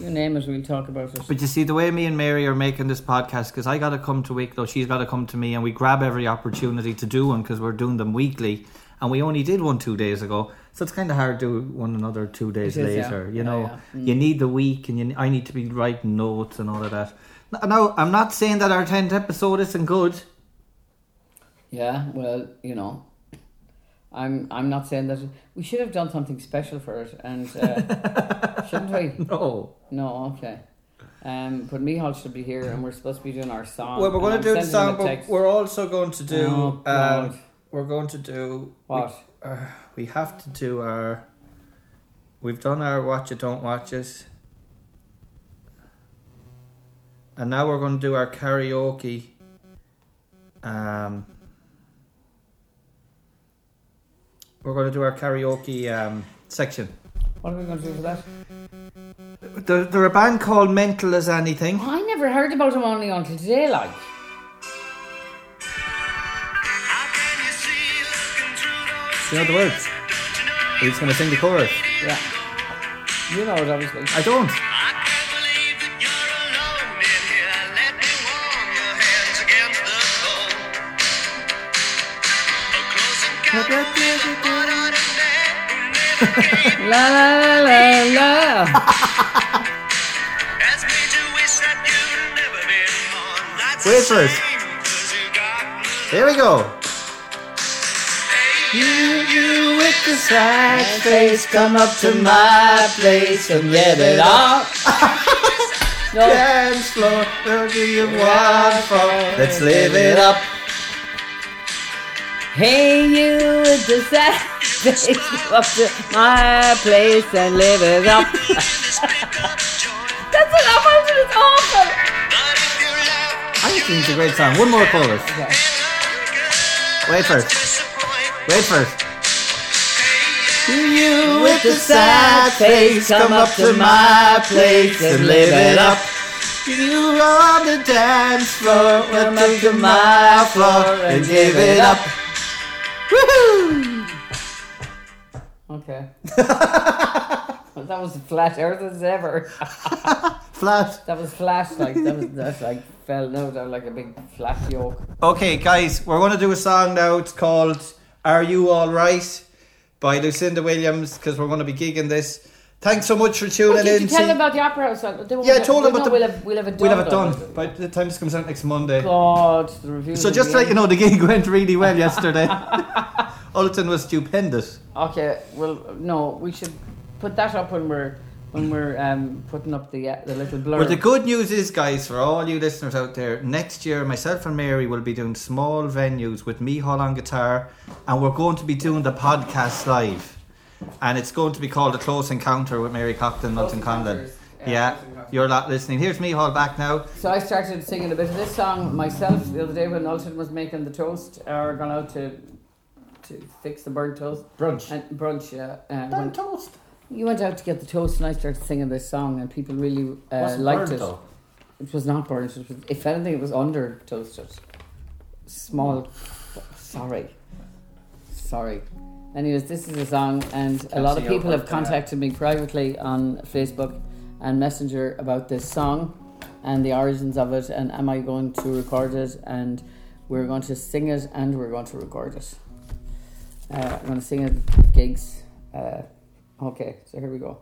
Speaker 2: name it. We'll talk about it.
Speaker 3: But you see, the way me and Mary are making this podcast, because I got to come to Wicklow, she's got to come to me, and we grab every opportunity to do one because we're doing them weekly. And we only did one two days ago, so it's kind of hard to do one another two days
Speaker 2: It is, yeah.
Speaker 3: later.
Speaker 2: Yeah,
Speaker 3: You know,
Speaker 2: yeah. Mm.
Speaker 3: you need the week, and you, I need to be writing notes and all of that. N- Now, I'm not saying that our tenth episode isn't good.
Speaker 2: yeah. Well, you know, I'm. I'm not saying that we should have done something special for it, and uh, shouldn't we?
Speaker 3: No,
Speaker 2: No. Okay. Um, but Michal should be here, and we're supposed to be doing our song.
Speaker 1: Well, we're going
Speaker 2: Um, and
Speaker 1: to do
Speaker 2: I'm
Speaker 1: the
Speaker 2: sending
Speaker 1: song,
Speaker 2: him a
Speaker 1: but
Speaker 2: text.
Speaker 1: we're also going to do.
Speaker 2: Oh,
Speaker 1: um,
Speaker 2: God.
Speaker 1: we're going to do.
Speaker 2: what?
Speaker 1: We, uh, we have to do our. We've done our watch it, don't watch it. And now we're going to do our karaoke. Um, we're going to do our karaoke um, section.
Speaker 2: What are we going to do for that?
Speaker 3: they're, they're a band called Mental as Anything.
Speaker 2: I never heard about him only until today. Like,
Speaker 3: Do you know the words? He's going to sing the chorus.
Speaker 2: yeah. You know it, obviously.
Speaker 3: I don't.
Speaker 2: La la la la. la.
Speaker 3: Wait for it. Here we go. You, you with the sad face, come up to my place and let it all
Speaker 2: No,
Speaker 3: dance floor. What do you want for? Let's live it up.
Speaker 2: hey you, just up to my place and live it up. That's an up until it's awful.
Speaker 3: I think it's a great song. One more chorus.
Speaker 2: Okay.
Speaker 3: Wait first. Wait first. You with the sad face, come up to my place and live it up. You on the dance floor, come up to my floor and give it up. Woohoo!
Speaker 2: Okay. Well, that was flat earth as ever.
Speaker 3: Flat.
Speaker 2: That was flat like that was that's like fell out of like a big flat yoke.
Speaker 1: Okay, guys, we're going to do a song now. It's called Are You All Right by Lucinda Williams because we're going to be gigging this. Thanks so much for tuning
Speaker 2: Did you
Speaker 1: in.
Speaker 2: tell
Speaker 1: See-
Speaker 2: them about the opera house? They won't
Speaker 1: yeah, I
Speaker 2: know-
Speaker 1: told
Speaker 2: no,
Speaker 1: them about the.
Speaker 2: we'll have we'll have it done.
Speaker 1: we'll have it
Speaker 2: though.
Speaker 1: done by the time this comes out next Monday.
Speaker 2: God, the review.
Speaker 1: So just to let you know, the gig went really well yesterday. Ulton was stupendous.
Speaker 2: Okay, well, no, we should put that up when we're when we're um, putting up the uh, the little blurb.
Speaker 1: But the good news is, guys, for all you listeners out there, next year myself and Mary will be doing small venues with Mihal on guitar, and we're going to be doing the podcast live. And it's going to be called A Close Encounter with Mary Copton and
Speaker 2: Close
Speaker 1: Milton Conlon.
Speaker 2: Encounters,
Speaker 3: Yeah, you're not listening. Here's me all back now.
Speaker 2: So I started singing a bit of this song myself the other day when Alton was making the toast or gone out to to fix the burnt toast
Speaker 3: Brunch.
Speaker 2: and brunch. Yeah, uh, when-
Speaker 3: toast.
Speaker 2: you went out to get the toast and I started singing this song and people really uh,
Speaker 3: Wasn't
Speaker 2: liked
Speaker 3: burnt,
Speaker 2: it.
Speaker 3: though.
Speaker 2: It was not burnt. It was, if anything, it was under toasted. Small. Sorry. Sorry. Anyways, this is a song, and a lot of
Speaker 3: see how
Speaker 2: people have
Speaker 3: burnt they are.
Speaker 2: contacted me privately on Facebook and Messenger about this song and the origins of it, and am I going to record it? And we're going to sing it, and we're going to record it. Uh, I'm going to sing it at gigs. Uh, okay, so here we go.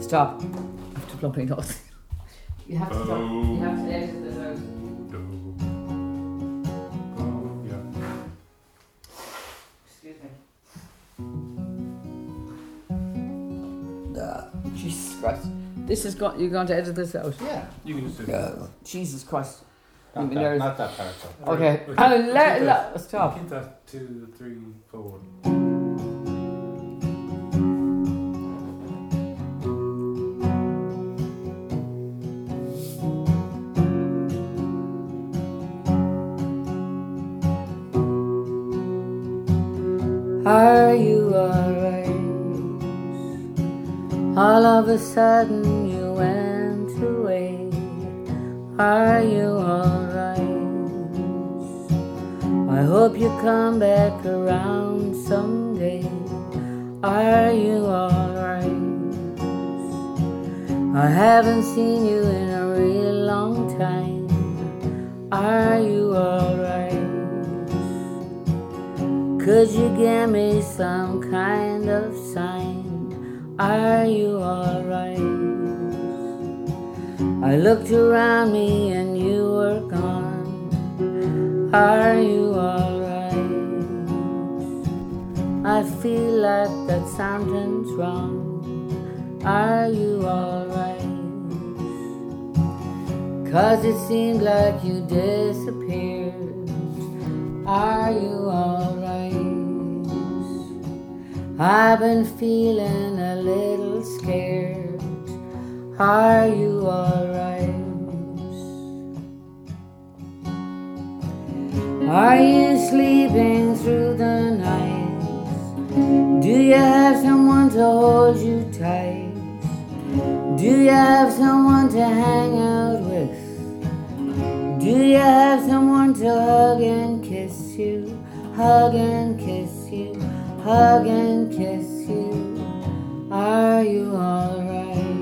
Speaker 2: Stop. I have to plump my nose. You have to stop. You have to edit this out. Excuse me. Ah, Jesus Christ. This is going. You're going to edit this out.
Speaker 3: Yeah.
Speaker 4: You can just do
Speaker 2: Jesus Christ.
Speaker 3: Not
Speaker 2: Even
Speaker 3: that,
Speaker 2: there's-
Speaker 3: not that part. Though.
Speaker 2: Okay.
Speaker 4: Okay.
Speaker 2: Oh, let,
Speaker 4: Keep
Speaker 2: let, stop.
Speaker 4: Keep that two, three, four.
Speaker 2: Are you alright? All of a sudden you went away. Are you alright? I hope you come back around someday. Are you alright? I haven't seen you in a real long time. Are you alright? Could you give me some kind of sign? Are you alright? I looked around me and you were gone. Are you alright? I feel like that something's wrong. Are you alright? Cause it seemed like you disappeared. Are you alright? I've been feeling a little scared. Are you alright? Are you sleeping through the night? Do you have someone to hold you tight? Do you have someone to hang out with? Do you have someone to hug and kiss you? Hug and kiss you, hug and kiss you. Are you alright?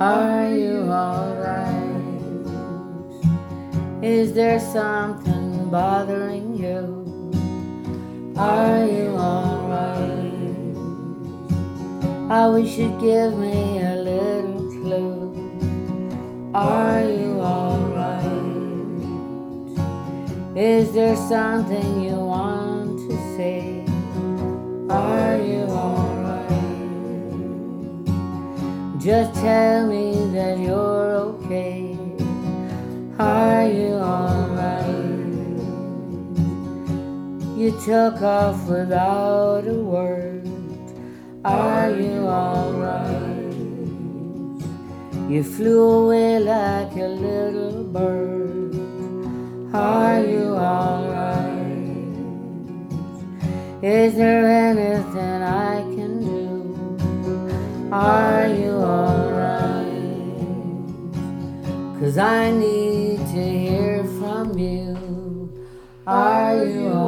Speaker 2: Are you alright? Is there something bothering you? Are you alright? I wish you'd give me a little clue. Are you alright? Is there something you want to say? Are you alright? Just tell me that you're okay. Are you alright? You took off without a word. Are you alright? You flew away like a little bird. Are you alright? Is there anything I can do? Are you alright? Cause I need to hear from you. Are you alright?